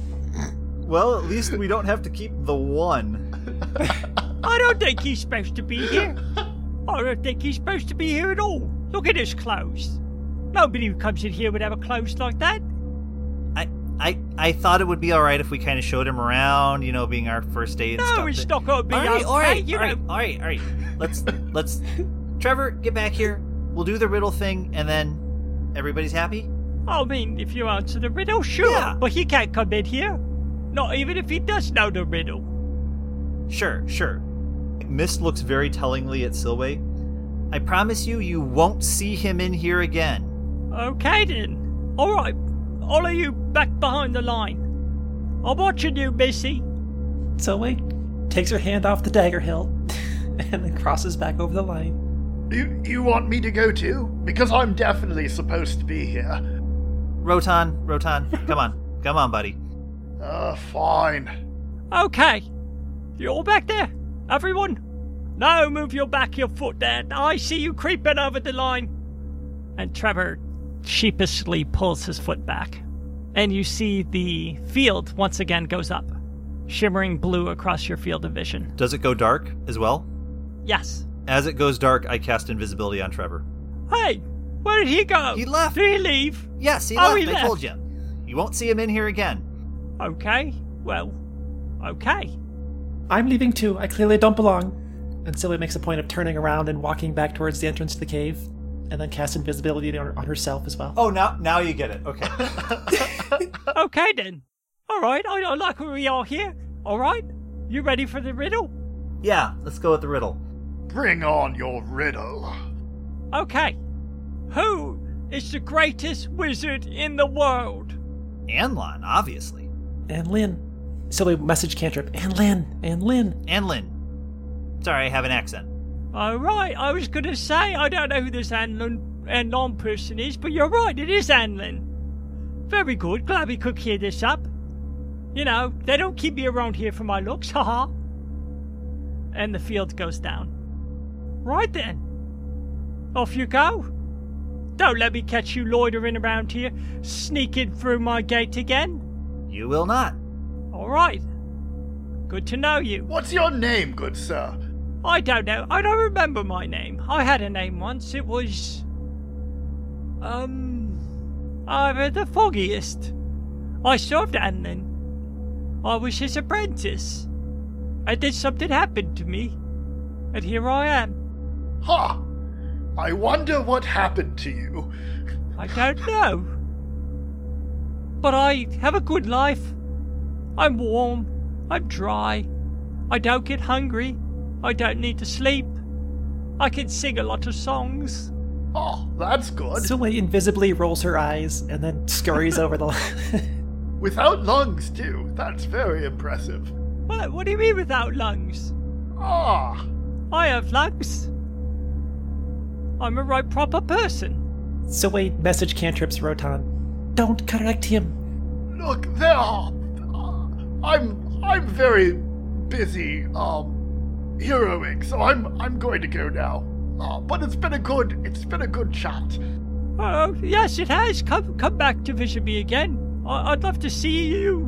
A: Well, at least we don't have to keep the one.
B: I don't think he's supposed to be here. I don't think he's supposed to be here at all. Look at his clothes. Nobody who comes in here would have a clothes like that.
A: I I I thought it would be all right if we kind of showed him around, you know, being our first date. and
B: No,
A: stuff,
B: it's
A: but-
B: not going to be
A: all right,
B: okay.
A: all right,
B: you
A: all right,
B: know.
A: all right, all right. Let's let's Trevor, get back here. We'll do the riddle thing and then everybody's happy?
B: I mean, if you answer the riddle, sure.
A: Yeah.
B: But he can't come in here. Not even if he does know the riddle.
A: Sure, sure. Mist looks very tellingly at Silway. I promise you you won't see him in here again.
B: Okay then. All right. All of you back behind the line. I'm watching you, Missy.
C: Silway takes her hand off the dagger hilt and then crosses back over the line.
E: You, you want me to go too? Because I'm definitely supposed to be here.
A: Rotan, Rotan, come on. Come on, buddy.
E: Uh, fine.
B: Okay. You all back there? Everyone? No, move your back, your foot there. I see you creeping over the line. And Trevor sheepishly pulls his foot back. And you see the field once again goes up, shimmering blue across your field of vision.
A: Does it go dark as well?
B: Yes.
A: As it goes dark, I cast invisibility on Trevor.
B: Hey, where did he go?
A: He left.
B: Did he leave?
A: Yes, he
B: Oh,
A: left.
B: he
A: I
B: left.
A: told you. You won't see him in here again.
B: Okay. Well, okay.
C: I'm leaving too. I clearly don't belong. And Silway makes a point of turning around and walking back towards the entrance to the cave, and then casts invisibility on, on herself as well.
A: Oh, now now you get it. Okay.
B: okay then. All right. I, I like where we are here. All right. You ready for the riddle?
A: yeah, let's go with the riddle.
E: Bring on your riddle.
B: Okay. Who is the greatest wizard in the world?
A: Anlon, obviously.
C: And Lynn. Silway message cantrip. And Lynn. And Lynn.
A: Anlin. Sorry, I have an accent.
B: All right, I was gonna say I don't know who this Anlin Anlon person is, but you're right, it is Anlin. Very good. Glad we could clear this up. You know, they don't keep me around here for my looks, haha. And the field goes down. Right then. Off you go. Don't let me catch you loitering around here, sneaking through my gate again.
A: You will not.
B: All right. Good to know you.
E: What's your name, good sir?
B: I don't know. I don't remember my name. I had a name once. It was. Um. I the foggiest. I served Anlin. I was his apprentice. And then something happened to me. And here I am.
E: Ha! I wonder what happened to you.
B: I don't know. But I have a good life. I'm warm. I'm dry. I don't get hungry. I don't need to sleep. I can sing a lot of songs.
E: Oh, that's good.
C: Sule invisibly rolls her eyes and then scurries over the.
E: Without lungs, too. That's very impressive.
B: What, what do you mean without lungs?
E: Ah,
B: I have lungs. I'm a right proper person.
C: Sule message cantrips Rotan. Don't correct him.
E: look, there are. ah, I'm I'm very busy um heroing, so I'm I'm going to go now. Ah, but it's been a good it's been a good chat.
B: Oh yes, it has. Come come back to visit me again. I, I'd love to see you.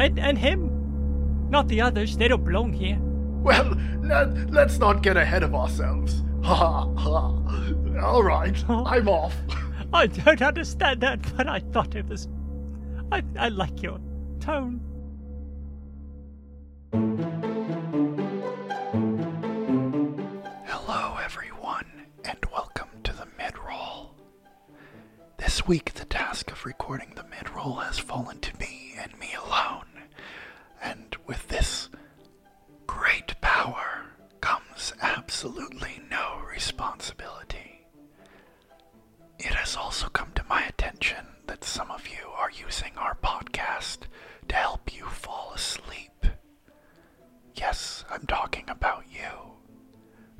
B: And and him, not the others. They don't belong here.
E: Well, let, let's not get ahead of ourselves. Ha ha. All right, I'm off.
B: I don't understand that, but I thought it was. I I like your tone.
E: Hello, everyone, and welcome to the mid roll. This week, the task of recording the mid roll has fallen to me and me alone. And with this great power comes absolutely no responsibility. It has also come to my attention that some of you are using our podcast to help you fall asleep. Yes, I'm talking about you.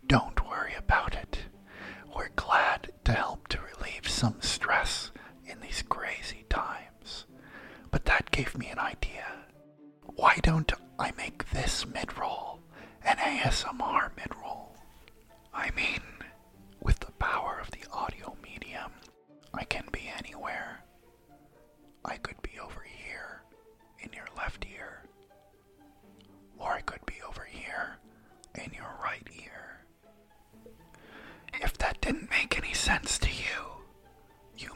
E: Don't worry about it. We're glad to help to relieve some stress in these crazy times. But that gave me an idea. Why don't I make this mid roll an ASMR mid roll? I mean, with the power of the audio medium, I can be anywhere. I could be over here in your left ear, or I could be over here in your right ear. If that didn't make any sense to you, you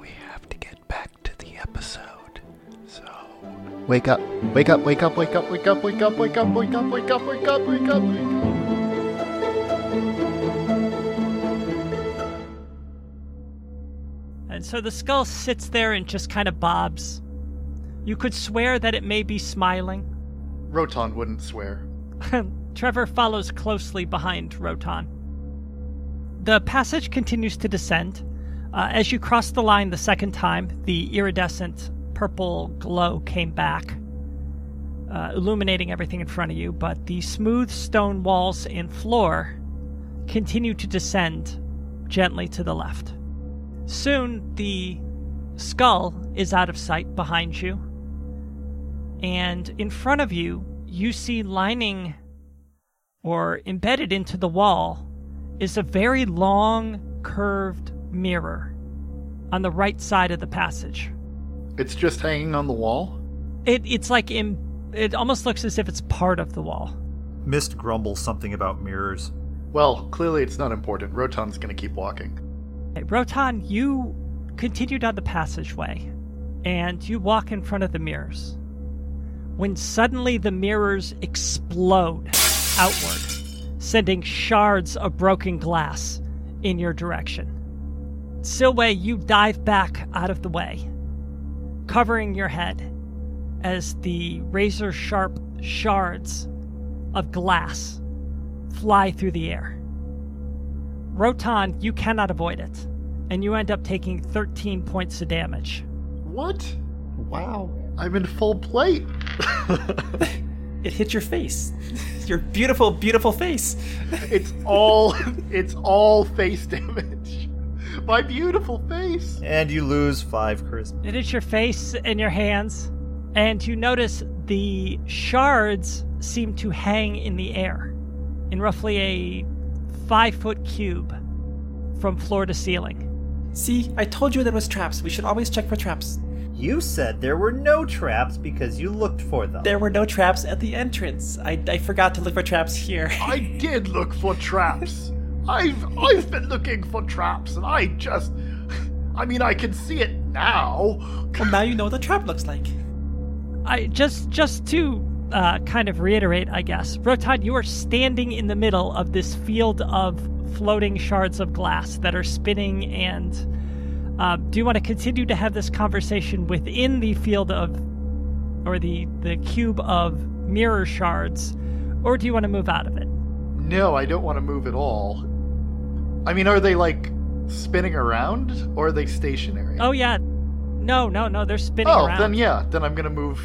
J: we have to get back to the episode. So. Wake up, wake up, wake up, wake up, wake up, wake up, wake up, wake up, wake up, wake up, wake up, wake up.
B: And so the skull sits there and just kind of bobs. You could swear that it may be smiling.
J: Roton wouldn't swear.
B: Trevor follows closely behind Rotan. The passage continues to descend. Uh, as you cross the line the second time, the iridescent purple glow came back, uh, illuminating everything in front of you, but the smooth stone walls and floor continue to descend gently to the left. Soon the skull is out of sight behind you, and in front of you, you see lining or embedded into the wall is a very long curved mirror on the right side of the passage.
J: It's just hanging on the wall.
B: It it's like in it almost looks as if it's part of the wall.
K: Mist grumbles something about mirrors.
J: Well, clearly it's not important. Roton's gonna keep walking.
B: Okay, Rotan, you continue down the passageway and you walk in front of the mirrors. When suddenly the mirrors explode outward, sending shards of broken glass in your direction. Silway, you dive back out of the way, covering your head as the razor sharp shards of glass fly through the air. Rotan, you cannot avoid it, and you end up taking 13 points of damage.
J: What? Wow. I'm in full plate.
C: It hit your face. your beautiful, beautiful face.
J: It's all it's all face damage. My beautiful face.
A: And you lose five charisma.
B: It is your face and your hands, and you notice the shards seem to hang in the air in roughly a five foot cube from floor to ceiling.
C: See, I told you there was traps. We should always check for traps.
A: You said there were no traps because you looked for them.
C: There were no traps at the entrance. I, I forgot to look for traps here.
E: I did look for traps. I've I've been looking for traps, and I just, I mean, I can see it now.
C: well, now you know what the trap looks like.
B: I just just to uh, kind of reiterate, I guess, Rotan, you are standing in the middle of this field of floating shards of glass that are spinning. And uh, do you want to continue to have this conversation within the field of, or the the cube of mirror shards, or do you want to move out of it?
J: No, I don't want to move at all. I mean, are they like spinning around or are they stationary?
B: Oh yeah, no, no, no, they're spinning
J: Oh,
B: around.
J: then yeah, then I'm gonna move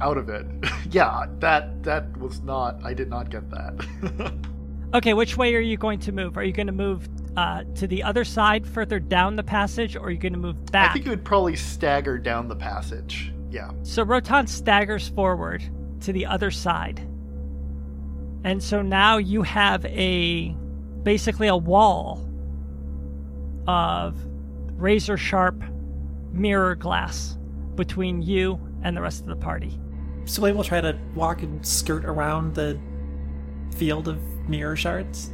J: out of it. yeah, that that was not. I did not get that.
B: Okay, which way are you going to move? Are you going to move uh, to the other side, further down the passage, or are you going to move back?
J: I think it would probably stagger down the passage. Yeah.
B: So Rotan staggers forward to the other side. And so now you have a basically a wall of razor sharp mirror glass between you and the rest of the party.
C: So we will try to walk and skirt around the field of mirror shards.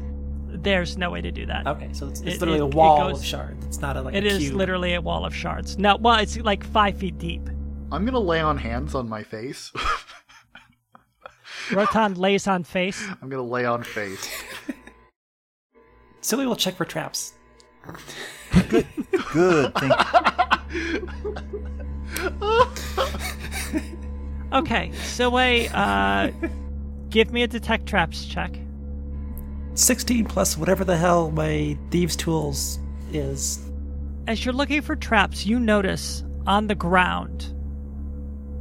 B: There's no way to do that.
C: Okay, so it's, it's
B: It-
C: literally
B: it-
C: a
B: it
C: wall
B: goes-
C: of shards. It's not a, like
B: It
C: a
B: is
C: cube.
B: literally a wall of shards. No, well, it's like five feet deep.
J: I'm gonna lay on hands on my face.
B: Rotan lays on face.
J: I'm gonna lay on face.
C: Silly will check for traps.
A: Good. Thank
B: Okay, so wait, uh, give me a detect traps check.
C: 16 plus whatever the hell my thieves' tools is.
B: As you're looking for traps, you notice on the ground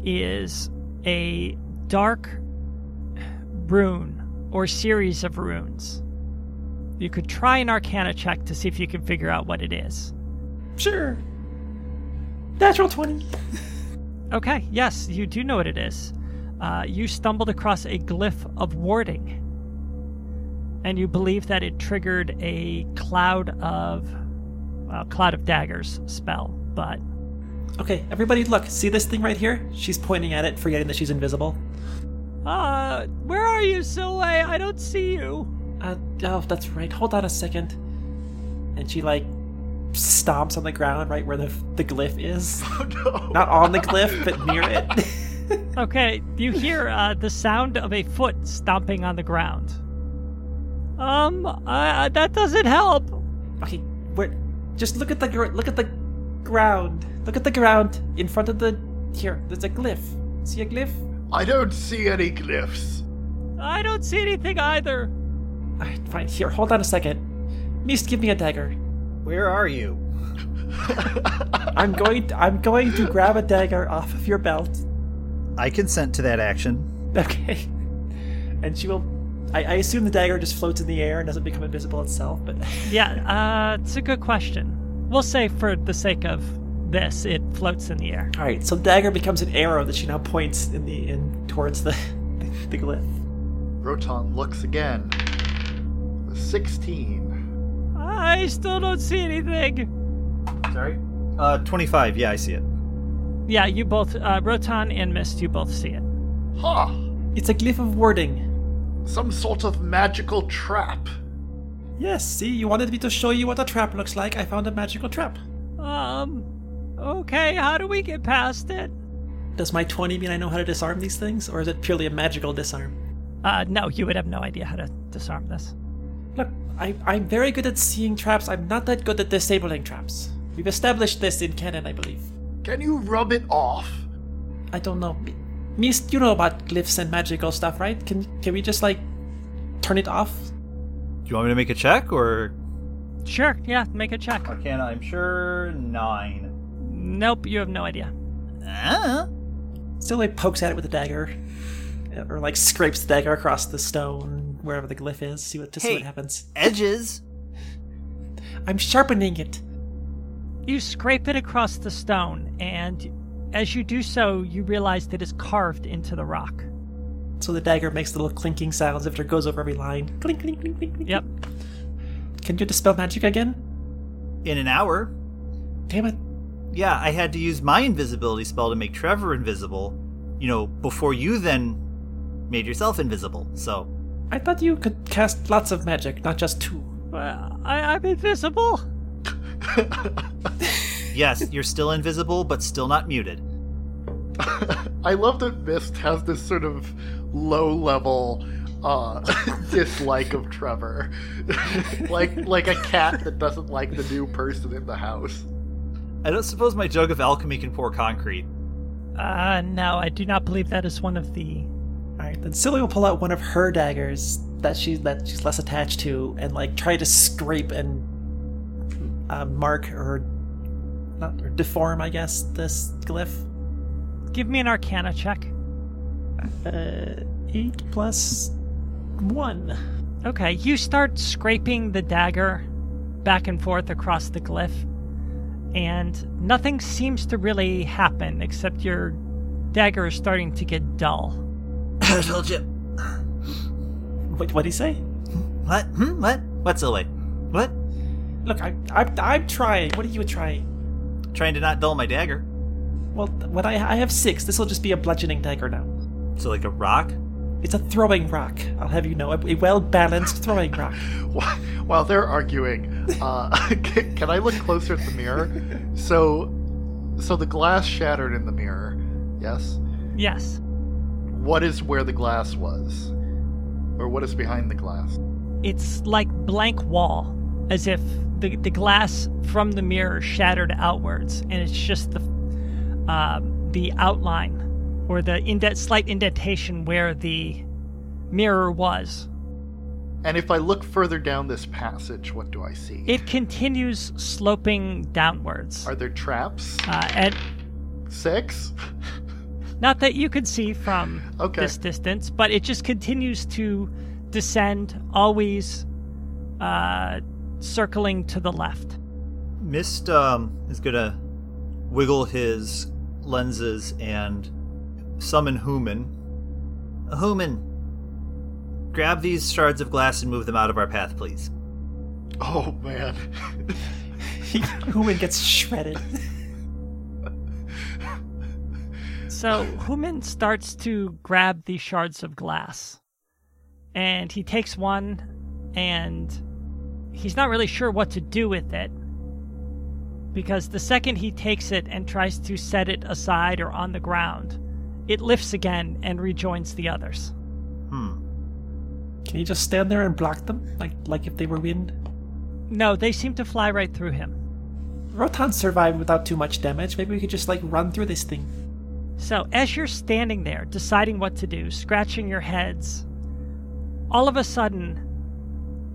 B: is a dark rune or series of runes. You could try an arcana check to see if you can figure out what it is.
C: Sure. Natural 20.
B: Okay, yes, you do know what it is. Uh, you stumbled across a glyph of warding, and you believe that it triggered a cloud of, well, cloud of daggers spell, but
C: Okay, everybody, look. See this thing right here? She's pointing at it, forgetting that she's invisible.
B: Uh, where are you, Silway? I don't see you.
C: Uh, oh, that's right. Hold on a second. And she, like, stomps on the ground right where the the glyph is. Not on the glyph, but near it.
B: Okay, you hear uh, the sound of a foot stomping on the ground. Um, uh, that doesn't help.
C: Okay, where? Just look at the gr- look at the ground. Look at the ground in front of the. Here, there's a glyph. See a glyph?
E: I don't see any glyphs.
B: I don't see anything either.
C: All right, fine. Here, hold on a second. Mist, give me a dagger.
A: Where are you?
C: I'm going. I'm going to grab a dagger off of your belt.
A: I consent to that action.
C: Okay. And she will. I, I assume the dagger just floats in the air and doesn't become invisible itself, but
B: Yeah, uh, it's a good question. We'll say for the sake of this, it floats in the air.
C: All right, so the dagger becomes an arrow that she now points in the in towards the the glyph.
E: Roton looks again. 16.
B: I still don't see anything.
A: Sorry. Uh, 25. Yeah, I see it.
B: Yeah, you both, uh, Rotan and Mist, you both see it.
E: Ha!
C: It's a glyph of warding.
E: Some sort of magical trap.
C: Yes, see, you wanted me to show you what a trap looks like. I found a magical trap.
B: Um, okay, how do we get past it?
C: Does my 20 mean I know how to disarm these things, or is it purely a magical disarm?
B: Uh, no, you would have no idea how to disarm this.
C: Look, I, I'm very good at seeing traps. I'm not that good at disabling traps. We've established this in canon, I believe.
E: Can you rub it off?
C: I don't know. Mist, you know about glyphs and magical stuff, right? Can can we just like turn it off?
A: Do you want me to make a check or?
B: Sure, yeah, make a check.
A: Can I'm sure nine.
B: Nope, you have no idea.
A: Ah.
C: Still, like pokes at it with a dagger, or like scrapes the dagger across the stone wherever the glyph is. See what to see
A: Hey.
C: what happens.
A: Edges.
C: I'm sharpening it.
B: You scrape it across the stone, and as you do so, you realize that it's carved into the rock.
C: So the dagger makes little clinking sounds after it goes over every line. Clink, clink, clink, clink, clink.
B: Yep.
C: Can you dispel magic again?
A: In an hour.
C: Damn it.
A: Yeah, I had to use my invisibility spell to make Trevor invisible. You know, before you then made yourself invisible. So
C: I thought you could cast lots of magic, not just two.
B: Well, Uh, I, I'm invisible.
A: yes, you're still invisible, but still not muted.
E: I love that Mist has this sort of low level uh, dislike of Trevor. like like a cat that doesn't like the new person in the house.
A: I don't suppose my jug of alchemy can pour concrete.
B: Uh, no, I do not believe that is one of the.
C: All right, then Silly will pull out one of her daggers that she that she's less attached to, and like try to scrape and uh, mark or not or deform, I guess, this glyph.
B: Give me an Arcana check.
C: Uh, eight plus one.
B: Okay, you start scraping the dagger back and forth across the glyph, and nothing seems to really happen except your dagger is starting to get dull.
A: I told you.
C: Wait, what did he say?
A: What? Hmm? What? What's the way? What?
C: Look, I, I, I'm trying. What are you trying?
A: Trying to not dull my dagger.
C: Well, th- when I, I have six, this will just be a bludgeoning dagger now.
A: So like a rock?
C: It's a throwing rock. I'll have you know, a, a well balanced throwing rock.
E: Wh- While they're arguing, uh, can, can I look closer at the mirror? So, so the glass shattered in the mirror. Yes.
B: Yes.
E: What is where the glass was, or what is behind the glass?
B: It's like blank wall, as if the, the glass from the mirror shattered outwards, and it's just the um the outline or the indent, slight indentation where the mirror was.
E: And if I look further down this passage, what do I see?
B: It continues sloping downwards.
E: Are there traps?
B: Uh, and
E: Six?
B: not that you can see from
E: Okay.
B: this distance, but it just continues to descend, always uh, circling to the left.
A: Mist um, is gonna wiggle his lenses and summon Human. Uh, Human, grab these shards of glass and move them out of our path, please.
E: Oh man.
C: Human gets shredded.
B: So Human starts to grab the shards of glass, and he takes one, and he's not really sure what to do with it. because the second he takes it and tries to set it aside or on the ground, it lifts again and rejoins the others.
A: Hmm.
C: Can you just stand there and block them, like like if they were wind?
B: No, they seem to fly right through him.
C: Rotan survived without too much damage. Maybe we could just like run through this thing.
B: So, as you're standing there, deciding what to do, scratching your heads, all of a sudden,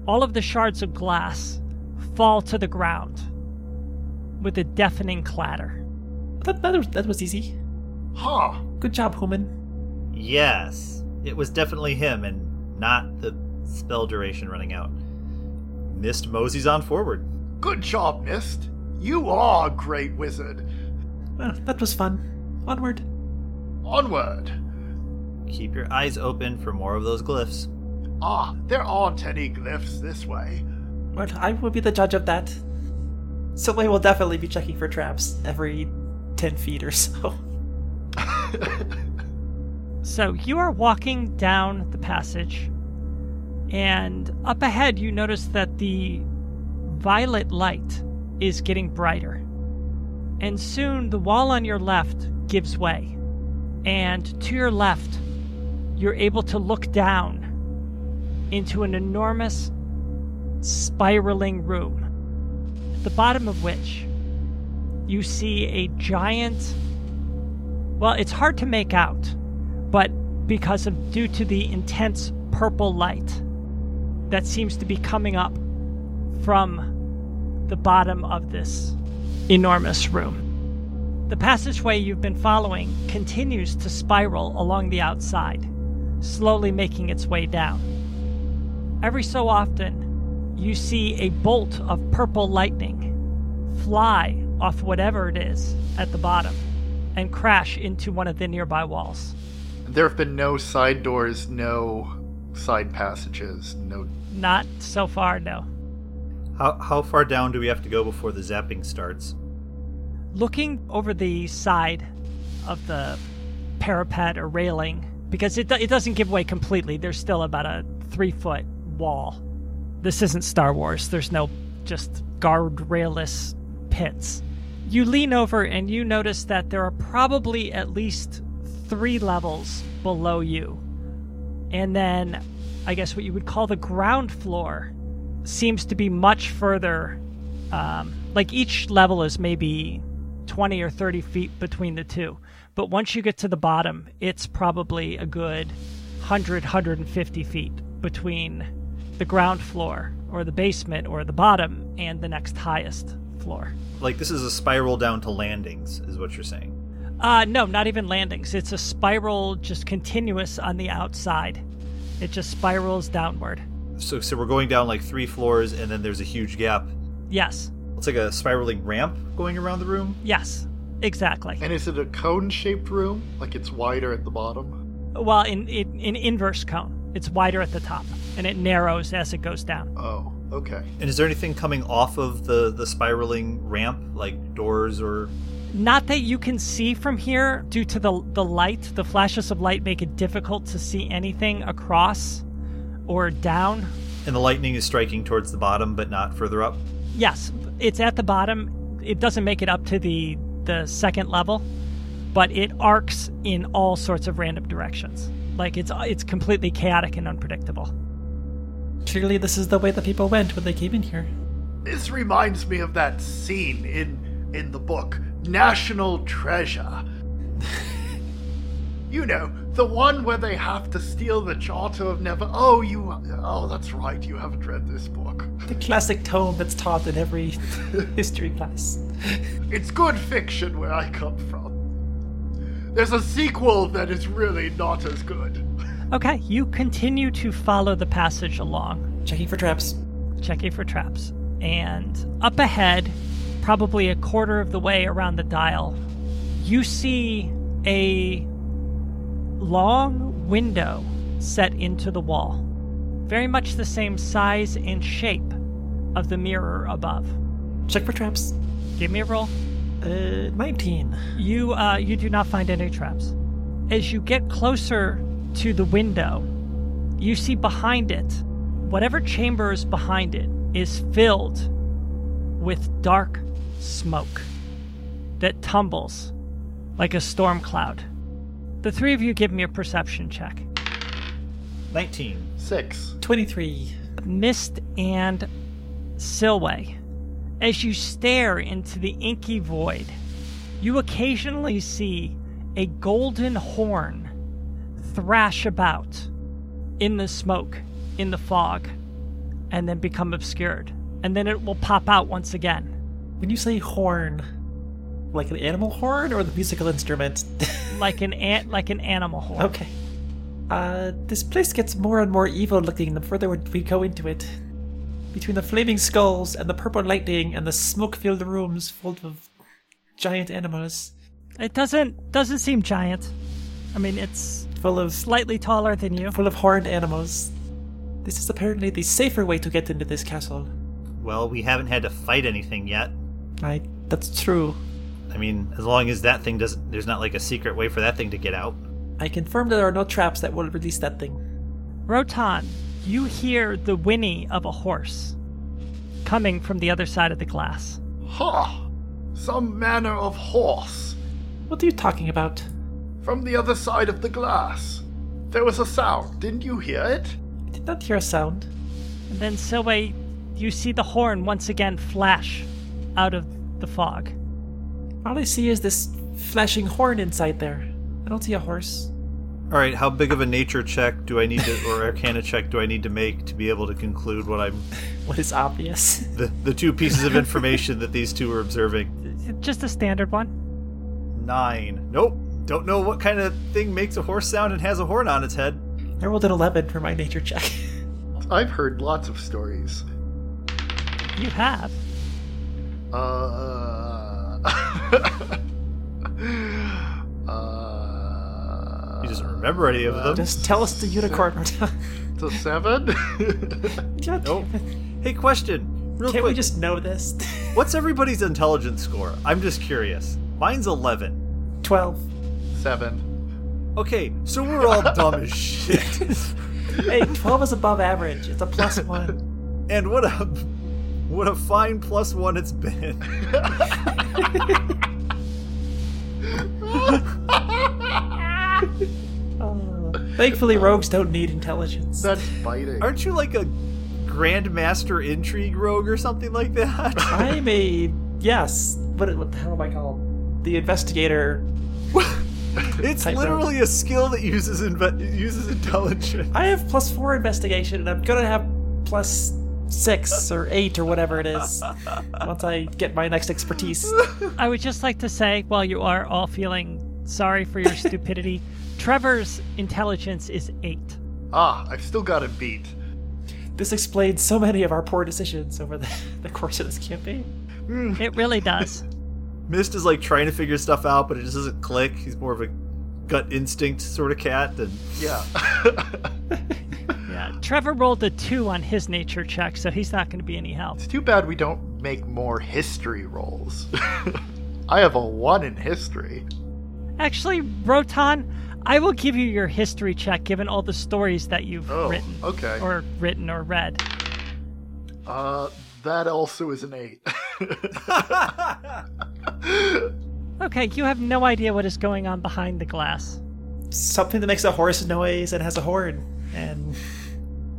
B: all of the shards of glass fall to the ground with a deafening clatter.
C: That that was, that was easy.
E: Huh.
C: Good job, Human.
A: Yes, it was definitely him and not the spell duration running out. Missed Mosey's on forward.
E: Good job, Mist. You are a great wizard.
C: Well, that was fun. Onward.
E: Onward.
A: Keep your eyes open for more of those glyphs.
E: Ah, there aren't any glyphs this way.
C: Well, I will be the judge of that. Silway will definitely be checking for traps every ten feet or so.
B: So you are walking down the passage, and up ahead, you notice that the violet light is getting brighter. And soon the wall on your left gives way. And to your left, you're able to look down into an enormous spiraling room, at the bottom of which you see a giant. Well, it's hard to make out but because of due to the intense purple light that seems to be coming up from the bottom of this enormous room. The passageway you've been following continues to spiral along the outside, slowly making its way down. Every so often, you see a bolt of purple lightning fly off whatever it is at the bottom and crash into one of the nearby walls.
J: There have been no side doors, no side passages, no.
B: Not so far, no.
A: How, how far down do we have to go before the zapping starts?
B: Looking over the side of the parapet or railing, because it, do- it doesn't give way completely, there's still about a three foot wall. This isn't Star Wars, there's no just guardrailless pits. You lean over and you notice that there are probably at least three levels below you. And then I guess what you would call the ground floor seems to be much further. Um, like each level is maybe 20 or 30 feet between the two. But once you get to the bottom, it's probably a good 100, 150 feet between the ground floor or the basement or the bottom and the next highest floor.
A: Like, this is a spiral down to landings, is what you're saying.
B: Uh, no, not even landings. It's a spiral just continuous on the outside. It just spirals downward.
A: So, so we're going down like three floors, and then there's a huge gap.
B: Yes.
A: It's like a spiraling ramp going around the room.
B: Yes. Exactly.
J: And is it a cone shaped room? Like it's wider at the bottom?
B: Well, in, in in inverse cone, it's wider at the top and it narrows as it goes down.
J: Oh, okay.
A: And is there anything coming off of the the spiraling ramp, like doors or?
B: Not that you can see from here due to the the light. The flashes of light make it difficult to see anything across or down.
A: And the lightning is striking towards the bottom, but not further up.
B: Yes, it's at the bottom. It doesn't make it up to the the second level, but it arcs in all sorts of random directions. Like it's it's completely chaotic and unpredictable.
C: Clearly, this is the way the people went when they came in here.
E: This reminds me of that scene in in the book National Treasure. you know, the one where they have to steal the charter of never Oh, you Oh, that's right. You haven't read this book.
C: The classic tome that's taught in every history class.
E: It's good fiction where I come from. There's a sequel that is really not as good.
B: Okay, you continue to follow the passage along.
C: Checking for traps.
B: checking for traps. And up ahead, probably a quarter of the way around the dial, you see a long window set into the wall, very much the same size and shape of the mirror above.
C: Check for traps.
B: Give me a roll.
C: Uh, 19.
B: You uh, you do not find any traps. As you get closer to the window, you see behind it, whatever chamber is behind it is filled with dark smoke that tumbles like a storm cloud. The three of you give me a perception check.
A: 19.
L: Six.
C: 23.
B: Mist and Silway. As you stare into the inky void, you occasionally see a golden horn thrash about in the smoke, in the fog, and then become obscured. And then it will pop out once again,
C: When you say horn, like an animal horn or the musical instrument?
B: like an ant, like an animal horn.
C: okay. Uh, this place gets more and more evil looking the further we go into it. Between the flaming skulls and the purple lightning and the smoke filled rooms full of giant animals,
B: It doesn't doesn't seem giant. I mean, it's
C: full of
B: slightly taller than you.
C: full of horned animals. This is apparently the safer way to get into this castle.
A: Well, we haven't had to fight anything yet.
C: I that's true.
A: I mean, as long as that thing doesn't, there's not like a secret way for that thing to get out.
C: I confirm there are no traps that will release that thing.
B: Rotan, you hear the whinny of a horse coming from the other side of the glass.
J: Ha! Some manner of horse.
C: What are you talking about?
J: From the other side of the glass. There was a sound. Didn't you hear it?
C: I did not hear a sound.
B: And then Silway, you see the horn once again flash out of the fog.
C: All I see is this flashing horn inside there. I don't see a horse.
A: All right, how big of a nature check do I need to, or arcana check do I need to make to be able to conclude what I'm,
C: What is obvious?
A: the, the two pieces of information that these two are observing?
B: Just a standard one.
A: Nine. Nope. Don't know what kind of thing makes a horse sound and has a horn on its head.
C: I rolled an 11 for my nature check.
J: I've heard lots of stories.
B: You have.
J: Uh. uh.
A: He doesn't remember any of them.
C: Uh, Just tell us the unicorn. God
J: It's a seven?
C: damn
A: Nope.
C: it.
A: Hey, question. Real
C: Can't
A: quick.
C: we just know this?
A: What's everybody's intelligence score? I'm just curious. Mine's 11.
C: 12.
J: seven.
A: Okay, so we're all dumb as shit.
C: Hey, 12 is above average. It's a plus one.
A: And what a what a fine plus one it's been.
C: Oh. Thankfully, rogues don't need intelligence.
J: That's biting.
A: Aren't you like a grandmaster intrigue rogue or something like that?
C: I'm a. Yes. What, what the hell am I called? The investigator.
A: It's
C: Type rogue.
A: literally a skill that uses inve- uses intelligence.
C: I have plus four investigation, and I'm gonna have plus six or eight or whatever it is once I get my next expertise.
B: I would just like to say, while you are all feeling sorry for your stupidity, Trevor's intelligence is eight.
J: Ah, I've still got a beat.
C: This explains so many of our poor decisions over the, the course of this campaign.
B: It really does.
A: Mist is like trying to figure stuff out, but it just doesn't click. He's more of a gut instinct sort of cat than
J: Yeah.
B: Yeah. Trevor rolled a two on his nature check, so he's not going to be any help.
J: It's too bad we don't make more history rolls. I have a one in history.
B: Actually, Rotan, I will give you your history check given all the stories that you've
J: Oh,
B: written.
J: okay.
B: Or written or read.
J: Uh, that also is an eight.
B: Okay, you have no idea what is going on behind the glass.
C: Something that makes a horse noise and has a horn, and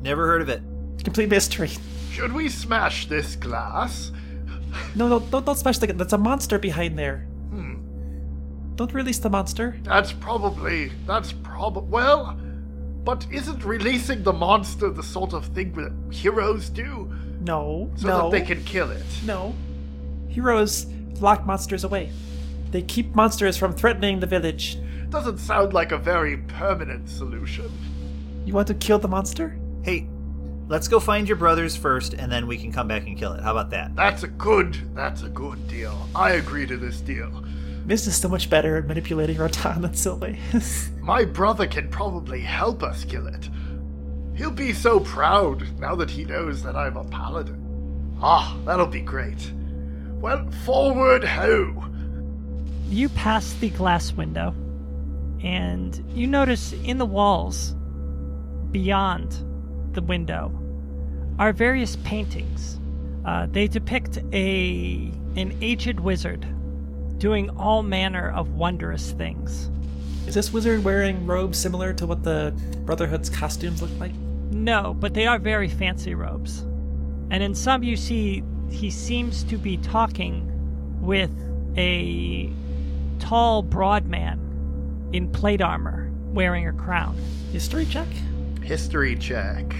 A: never heard of it.
C: complete mystery.
J: Should we smash this glass?
C: No, no, don't, don't smash the. That's a monster behind there.
J: Hmm.
C: Don't release the monster.
J: That's probably. That's probably. Well, but isn't releasing the monster the sort of thing that heroes do
C: No,
J: so
C: no,
J: that they can kill it?
C: no. Heroes lock monsters away. They keep monsters from threatening the village.
J: Doesn't sound like a very permanent solution.
C: You want to kill the monster?
A: Hey, let's go find your brothers first, and then we can come back and kill it. How about that?
J: That's a good. That's a good deal. I agree to this deal.
C: Mist is so much better at manipulating Rotan than Sylvain is.
J: My brother can probably help us kill it. He'll be so proud now that he knows that I'm a paladin. Ah, that'll be great. Well, forward ho!
B: You pass the glass window, and you notice in the walls beyond the window are various paintings. Uh, they depict a an aged wizard doing all manner of wondrous things.
C: Is this wizard wearing robes similar to what the Brotherhood's costumes look like?
B: No, but they are very fancy robes. And in some, you see he seems to be talking with a tall, broad man in plate armor wearing a crown.
C: History check?
J: History check.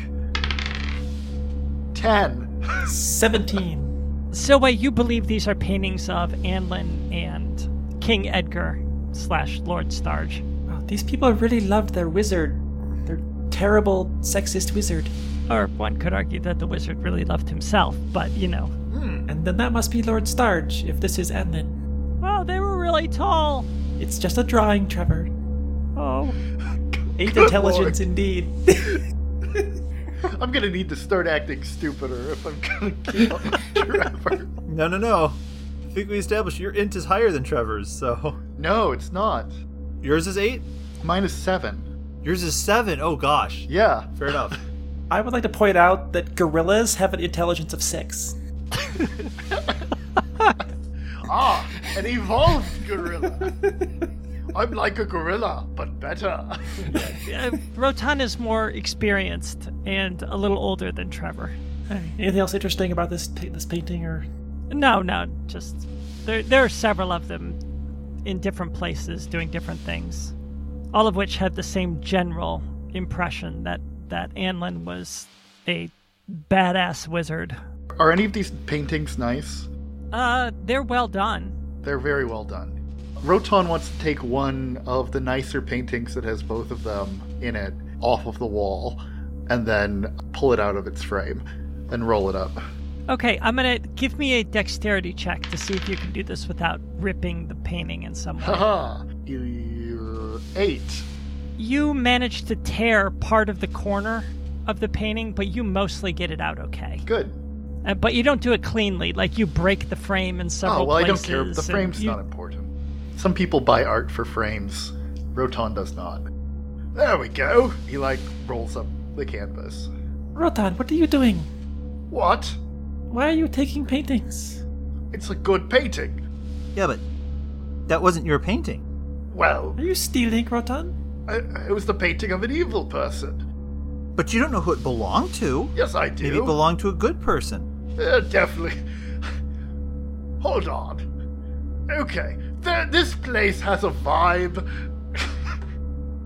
J: Ten.
C: 17.
B: Silway, you believe these are paintings of Anlin and King Edgar slash Lord Starge.
C: Wow, these people really loved their wizard. Their terrible, sexist wizard.
B: Or one could argue that the wizard really loved himself, but you know.
C: And then that must be Lord Starge, if this is Edlin.
B: Wow, they were really tall.
C: It's just a drawing, Trevor.
B: Oh.
C: Eight
J: Good
C: intelligence
J: lord.
C: indeed.
J: I'm gonna need to start acting stupider if I'm gonna keep up with Trevor.
A: No, no, no. I think we established your int is higher than Trevor's, so
J: No, it's not.
A: yours is eight.
J: Minus seven.
A: Yours is seven. Oh gosh.
J: Yeah.
A: Fair enough.
C: I would like to point out that gorillas have an intelligence of six.
J: Ah, an evolved gorilla. I'm like a gorilla, but better.
B: Uh, Rotan is more experienced and a little older than Trevor.
C: Anything else interesting about this pa- this painting or
B: No, no, just there. There are several of them in different places doing different things, all of which have the same general impression that that Anlin was a badass wizard.
J: Are any of these paintings nice?
B: Uh, they're well done.
J: They're very well done. Roton wants to take one of the nicer paintings that has both of them in it off of the wall and then pull it out of its frame and roll it up.
B: Okay, I'm gonna give me a dexterity check to see if you can do this without ripping the painting in some way.
J: Haha! You- Eight.
B: you manage to tear part of the corner of the painting, but you mostly get it out okay.
J: Good.
B: Uh, but you don't do it cleanly. Like you break the frame in several
J: Oh, well, I don't
B: places.
J: care. The
B: and
J: frame's
B: you-
J: not important. Some people buy art for frames, Roton does not. There we go. He, like, rolls up the canvas.
C: Rotan, what are you doing?
J: What?
C: Why are you taking paintings?
J: It's a good painting.
A: yeah, but that wasn't your painting.
J: Well,
C: Are you stealing, Rotan?
J: I- it was the painting of an evil person.
A: But you don't know who it belonged to.
J: Yes, I do.
A: Maybe it belonged to a good person.
J: Uh, definitely. Hold on. Okay, Th- this place has a vibe.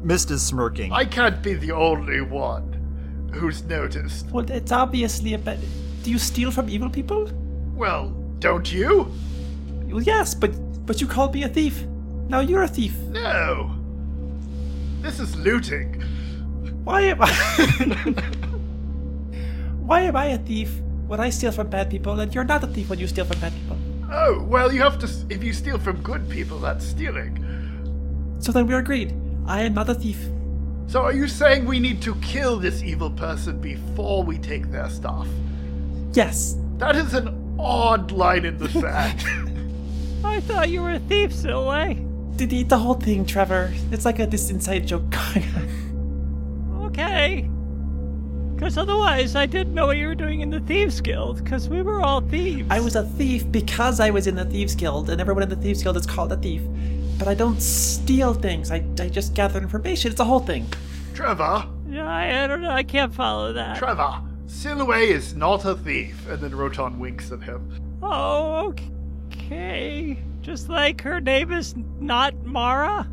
A: Mist is smirking.
J: I can't be the only one who's noticed.
C: Well, it's obviously a bad. Do you steal from evil people?
J: Well, don't you?
C: Well, yes, but but you called me a thief. Now you're a thief.
J: No. This is looting.
C: Why am I? Why am I a thief when I steal from bad people, and you're not a thief when you steal from bad people?
J: Oh, well, you have to. s- If you steal from good people, that's stealing.
C: So then we're agreed. I am not a thief.
J: So are you saying we need to kill this evil person before we take their stuff?
C: Yes.
J: That is an odd line in the sand.
B: I thought you were a thief, Silway.
C: Did eat the whole thing, Trevor? It's like a this inside joke going on.
B: Okay. Because otherwise, I didn't know what you were doing in the Thieves Guild, because we were all thieves.
C: I was a thief because I was in the Thieves Guild, and everyone in the Thieves Guild is called a thief. But I don't steal things, I, I just gather information. It's a whole thing.
J: Trevor,
B: Yeah, I, I don't know. I can't follow that.
J: Trevor, Silway is not a thief. And then Roton winks at him.
B: oh, okay. Just like her name is not Mara?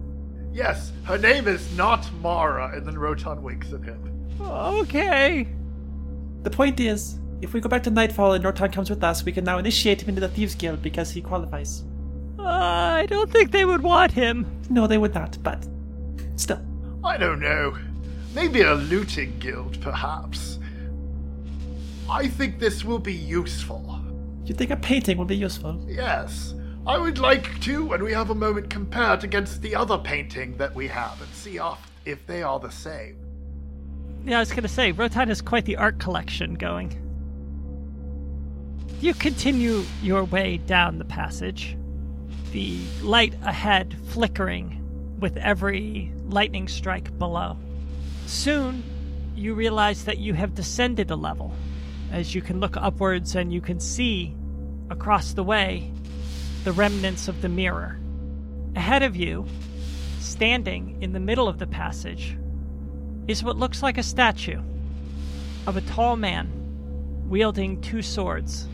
J: Yes, her name is not Mara. And then Roton winks at him.
B: Okay.
C: The point is, if we go back to Nightfall and Norton comes with us, we can now initiate him into the Thieves Guild because he qualifies.
B: Uh, I don't think they would want him.
C: No, they would not, but still.
J: I don't know. Maybe a looting guild, perhaps. I think this will be useful.
C: You think a painting will be useful?
J: Yes. I would like to, when we have a moment, compare it against the other painting that we have and see off if they are the same.
B: Yeah, I was gonna say, Rotan has quite the art collection going. You continue your way down the passage, the light ahead flickering with every lightning strike below. Soon, you realize that you have descended a level, as you can look upwards and you can see across the way the remnants of the mirror. Ahead of you, standing in the middle of the passage, is what looks like a statue of a tall man wielding two swords.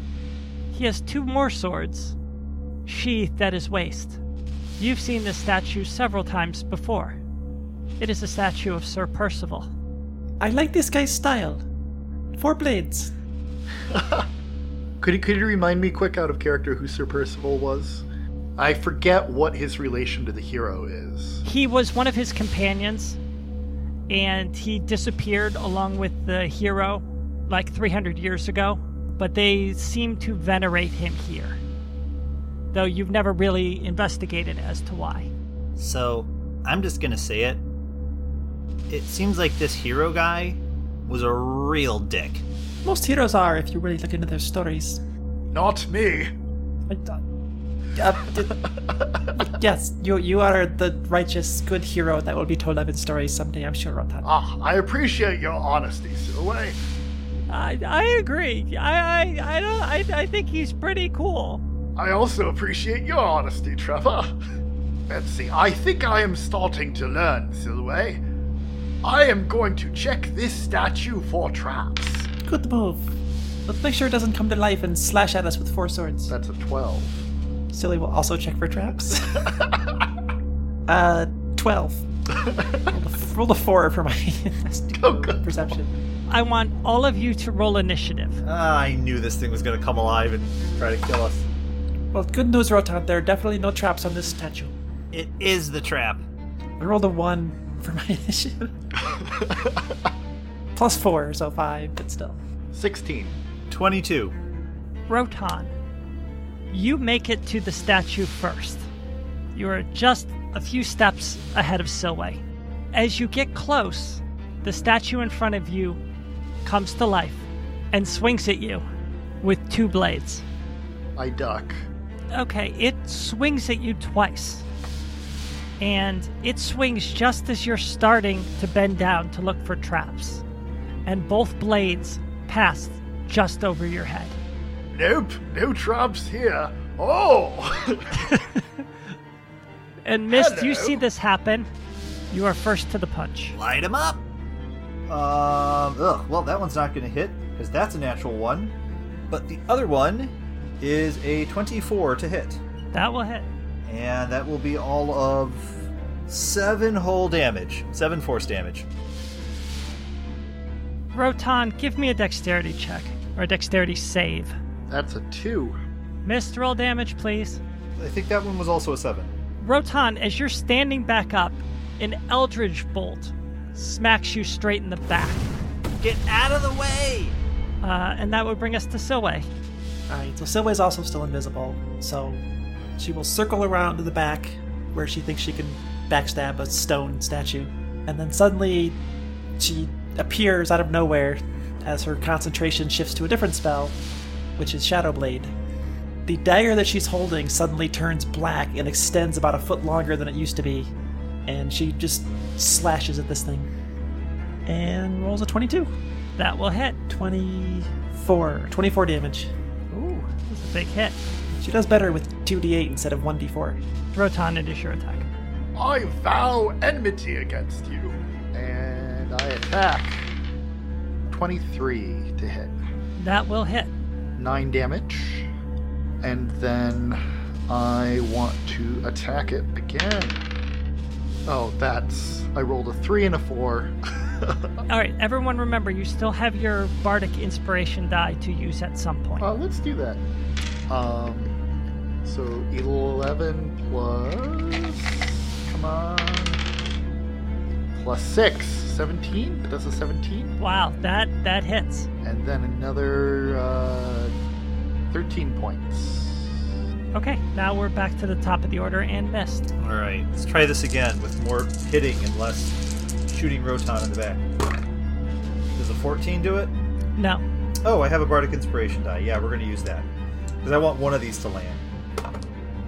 B: He has two more swords sheathed at his waist. You've seen this statue several times before. It is a statue of Sir Percival.
C: I like this guy's style. Four blades.
J: Could you, could you remind me, quick, out of character, who Sir Percival was? I forget what his relation to the hero is.
B: He was one of his companions, and he disappeared along with the hero like 300 years ago, but they seem to venerate him here. Though you've never really investigated as to why.
A: So, I'm just gonna say it. It seems like this hero guy was a real dick.
C: Most heroes are, if you really look into their stories.
J: Not me.
C: I- uh, uh, d- yes, you you are the righteous, good hero that will be told of in stories someday. I'm sure, Rotan.
J: Ah, I appreciate your honesty, Sir Way.
B: I, I agree. I, I, I, don't, I, I think he's pretty cool.
J: I also appreciate your honesty, Trevor. Let's see, I think I am starting to learn, Silway. I am going to check this statue for traps.
C: Good move. Let's make sure it doesn't come to life and slash at us with four swords.
J: That's a 12.
C: Silly will also check for traps. uh, 12. roll, a, roll a 4 for my
J: Oh,
C: perception.
B: I want all of you to roll initiative.
A: Ah, I knew this thing was gonna come alive and try to kill us.
C: Well, good news, Rotan. There are definitely no traps on this statue.
A: It is the trap.
C: I rolled a 1 for my initiative. Plus 4, so 5, but still.
J: 16.
A: 22.
B: Rotan, you make it to the statue first. You are just a few steps ahead of Silway. As you get close, the statue in front of you comes to life and swings at you with two blades.
J: I duck.
B: Okay, it swings at you twice. And it swings just as you're starting to bend down to look for traps. And both blades pass just over your head.
J: Nope, no traps here. Oh!
B: And Mist, you
J: Hello.
B: see this happen. You are first to the punch.
A: Light him up! Um, ugh, well, that one's not gonna hit, because that's a natural one. But the other one is a 24 to hit.
B: That will hit.
A: And that will be all of seven whole damage, seven force damage.
B: Rotan, give me a dexterity check or a dexterity save.
J: That's a 2.
B: Mist, roll damage, please.
A: I think that one was also a seven.
B: Rotan, as you're standing back up, an Eldridge bolt smacks you straight in the back.
A: Get out of the way!
B: Uh, and that would bring us to Silway.
C: Alright, so Silway's also still invisible, so she will circle around to the back where she thinks she can backstab a stone statue. And then suddenly she appears out of nowhere as her concentration shifts to a different spell, which is Shadow Blade. The dagger that she's holding suddenly turns black and extends about a foot longer than it used to be, and she just slashes at this thing. And rolls a 22.
B: That will hit.
C: 24. 24 damage.
B: Ooh, that's a big hit.
C: She does better with 2d8 instead of 1d4.
B: Rotan, it is your attack.
J: I vow enmity against you. And I attack. 23 to hit.
B: That will hit.
J: 9 damage. And then I want to attack it again. Oh, that's. I rolled a 3 and a Uh, 4.
B: All right, everyone, remember you still have your bardic inspiration die to use at some point.
J: uh, let's do that. Um, so 11 plus. Come on. Plus 6. 17? That's a 17?
B: Wow, that that hits.
J: and then another uh, 13 points.
B: Okay, now we're back to the top of the order and missed.
A: Alright, let's try this again with more hitting and less shooting Rotan in the back. Does a 14 do it?
B: No,
A: Oh, I have a Bardic Inspiration die. Yeah, we're going to use that. Because I want one of these to land.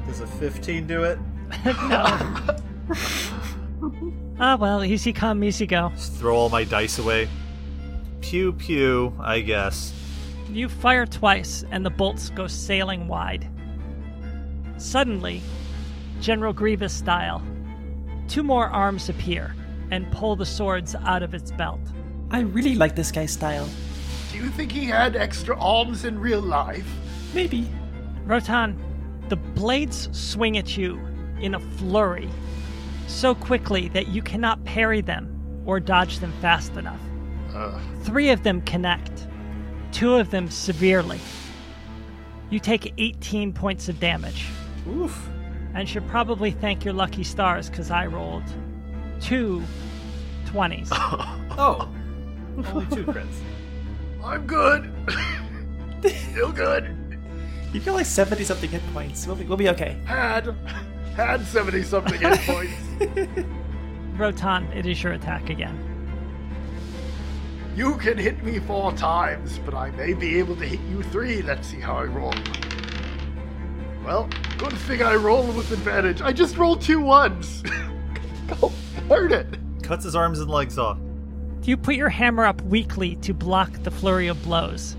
A: Does a 15 do it?
B: ah well, easy come, easy go.
M: Just throw all my dice away.
A: Pew pew, I guess.
B: You fire twice, and the bolts go sailing wide. Suddenly, General Grievous style, two more arms appear and pull the swords out of its belt.
C: I really like this guy's style.
E: Do you think he had extra arms in real life?
C: Maybe.
B: Rotan, the blades swing at you in a flurry, so quickly that you cannot parry them or dodge them fast enough. Three of them connect, two of them severely. You take 18 points of damage.
A: Oof.
B: and should probably thank your lucky stars because I rolled two 20s.
A: Oh. Only two crits.
E: I'm good. Still good.
C: You've got like 70 something hit points. We'll be, we'll be okay.
E: Had had seventy something hit points.
B: Rotan, it is your attack again.
E: You can hit me four times, but I may be able to hit you three. Let's see how I roll. Well, good thing I roll with advantage. I just rolled two ones. Go burn it.
A: Cuts his arms and legs off.
B: You put your hammer up weakly to block the flurry of blows,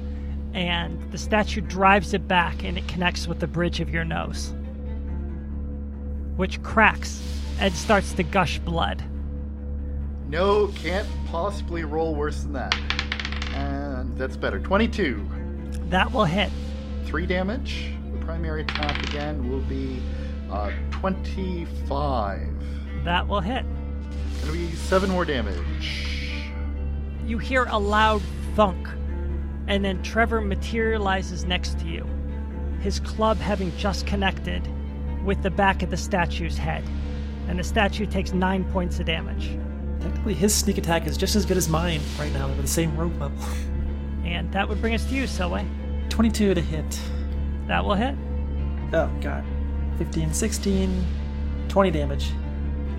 B: and the statue drives it back and it connects with the bridge of your nose, which cracks and starts to gush blood.
J: No, can't possibly roll worse than that. And that's better. 22.
B: That will hit.
J: 3 damage. The primary attack again will be uh, 25.
B: That will hit.
J: It'll be 7 more damage.
B: You hear a loud thunk, and then Trevor materializes next to you, his club having just connected with the back of the statue's head. And the statue takes nine points of damage.
C: Technically, his sneak attack is just as good as mine right now. We're the same rogue level.
B: And that would bring us to you, Silway.
C: 22 to hit.
B: That will hit.
C: Oh, God. 15, 16, 20 damage.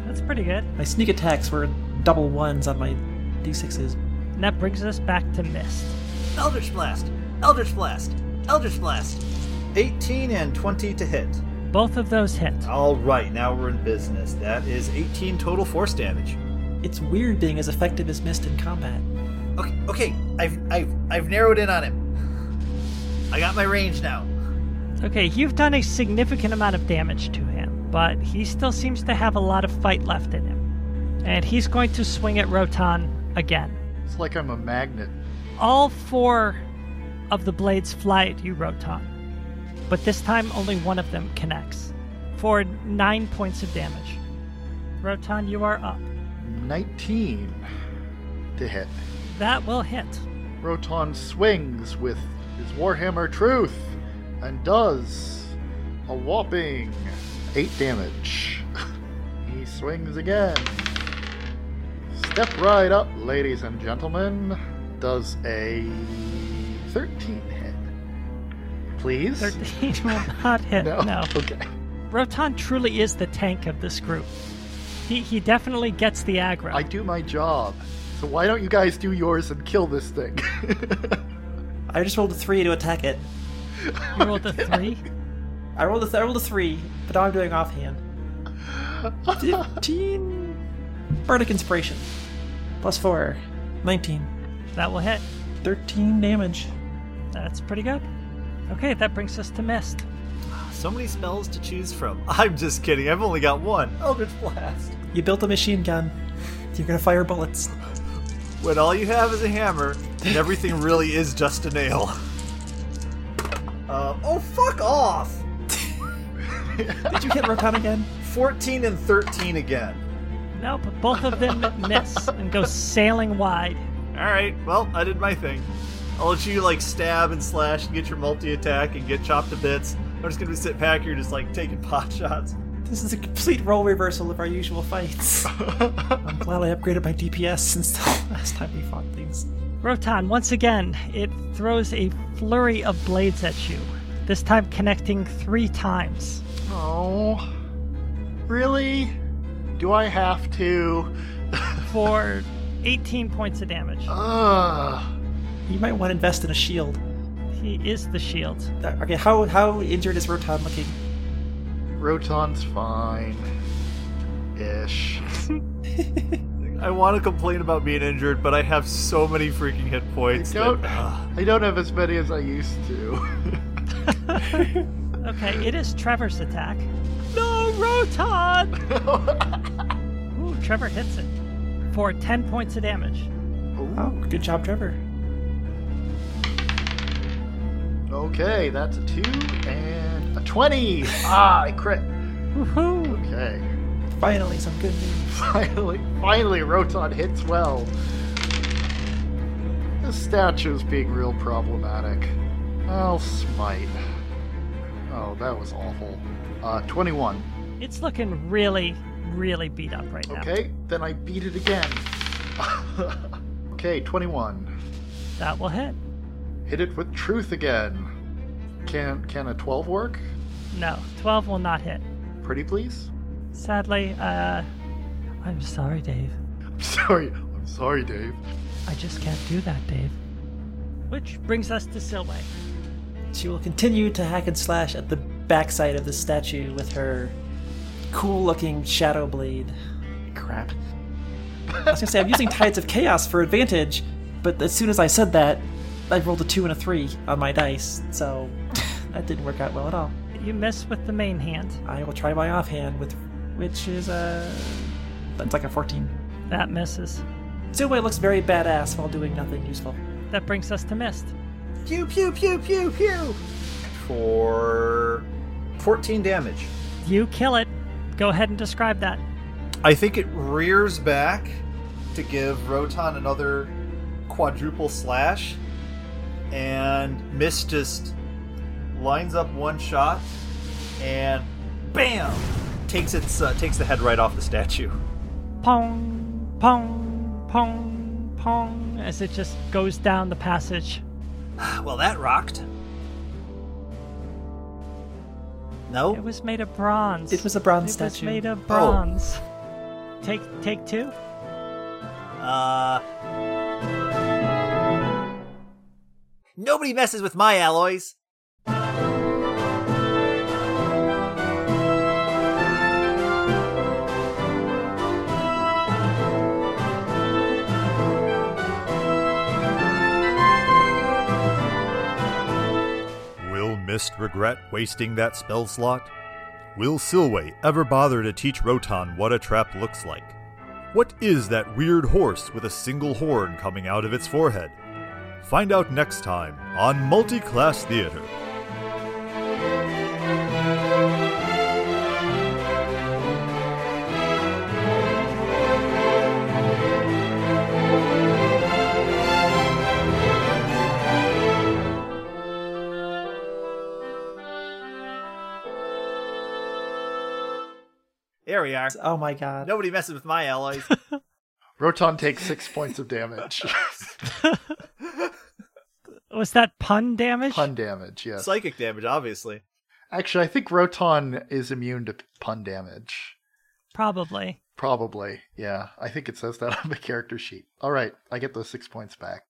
B: That's pretty good.
C: My sneak attacks were double ones on my d6s.
B: And that brings us back to Mist.
A: Eldritch Blast! Eldritch Blast! Eldritch Blast! 18 and 20 to hit.
B: Both of those hit.
A: All right, now we're in business. That is 18 total force damage.
C: It's weird being as effective as Mist in combat.
A: Okay, okay, I've, I've, I've narrowed in on him. I got my range now.
B: Okay, you've done a significant amount of damage to him, but he still seems to have a lot of fight left in him. And he's going to swing at Rotan again.
J: It's like I'm a magnet.
B: All four of the blades fly at you, Rotan, but this time only one of them connects for nine points of damage. Rotan, you are up.
J: 19 to hit.
B: That will hit.
J: Roton swings with his Warhammer Truth and does a whopping 8 damage. he swings again. Step right up, ladies and gentlemen. Does a 13 hit. Please?
B: 13 will not hit.
J: No.
B: no.
J: Okay.
B: Rotan truly is the tank of this group. He, he definitely gets the aggro.
J: I do my job. So why don't you guys do yours and kill this thing?
C: I just rolled a 3 to attack it.
B: you rolled a three.
C: I rolled a, th- I rolled a 3, but now I'm doing offhand. 15. Bardic Inspiration. Plus 4. 19.
B: That will hit.
C: 13 damage.
B: That's pretty good. Okay, that brings us to Mist.
A: So many spells to choose from. I'm just kidding, I've only got one. Eldritch Blast!
C: You built a machine gun. You're gonna fire bullets.
A: When all you have is a hammer, and everything really is just a nail. Uh, oh, fuck off!
C: Did you hit Rotan again?
A: 14 and 13 again.
B: Nope, both of them miss and go sailing wide.
A: Alright, well, I did my thing. I'll let you, like, stab and slash and get your multi attack and get chopped to bits. I'm just gonna be sitting back here just, like, taking pot shots.
C: This is a complete role reversal of our usual fights. I'm glad I upgraded my DPS since the last time we fought things.
B: Rotan, once again, it throws a flurry of blades at you, this time connecting three times.
J: oh. Really? Do I have to?
B: for 18 points of damage.
J: Ugh.
C: You might want to invest in a shield.
B: He is the shield.
C: Uh, Okay, how how injured is Rotan looking?
J: Roton's fine. Ish.
A: I want to complain about being injured, but I have so many freaking hit points. uh,
J: Don't.
A: That,
J: I don't have as many as I used to.
B: Okay, it is Trevor's attack. No, Roton! Ooh, Trevor hits it for 10 points of damage.
C: Oh, good job, Trevor.
J: Okay, that's a two and a 20. ah, I crit.
B: Woohoo!
J: Okay.
C: Finally, some good news.
J: Finally, finally, Roton hits well. This statue's being real problematic. I'll smite. Oh, that was awful. Uh, 21.
B: It's looking really, really beat up right now.
J: Okay, then I beat it again. okay, 21.
B: That will hit.
J: Hit it with truth again. Can can a 12 work?
B: No, 12 will not hit.
J: Pretty please?
B: Sadly, uh, I'm sorry, Dave.
J: I'm sorry. I'm sorry, Dave.
B: I just can't do that, Dave. Which brings us to Silway.
C: She will continue to hack and slash at the backside of the statue with her cool looking shadow blade. Crap. I was gonna say, I'm using Tides of Chaos for advantage, but as soon as I said that, I rolled a 2 and a 3 on my dice, so that didn't work out well at all.
B: You miss with the main hand.
C: I will try my offhand, with which is a. That's like a 14.
B: That misses.
C: Silway looks very badass while doing nothing useful.
B: That brings us to Mist.
A: Pew pew pew pew pew. For 14 damage.
B: You kill it. Go ahead and describe that.
A: I think it rears back to give Rotan another quadruple slash, and Mist just lines up one shot, and bam, takes its uh, takes the head right off the statue.
B: Pong, pong, pong, pong, as it just goes down the passage.
A: Well, that rocked. No,
B: It was made of bronze.
C: It was a bronze
B: It was
C: statue. Oh.
B: made of bronze. Take take two.
A: Uh. Nobody messes with my alloys.
N: Will Mist regret wasting that spell slot? Will Silway ever bother to teach Rotan what a trap looks like? What is that weird horse with a single horn coming out of its forehead? Find out next time on Multiclass Theater.
A: There we are.
C: Oh my god.
A: Nobody messes with my alloys.
J: Roton takes six points of damage.
B: Was that pun damage?
J: pun damage, yes.
A: Psychic damage, obviously.
J: Actually, I think Roton is immune to pun damage.
B: Probably.
J: Probably, yeah. I think it says that on the character sheet. All right, I get those six points back.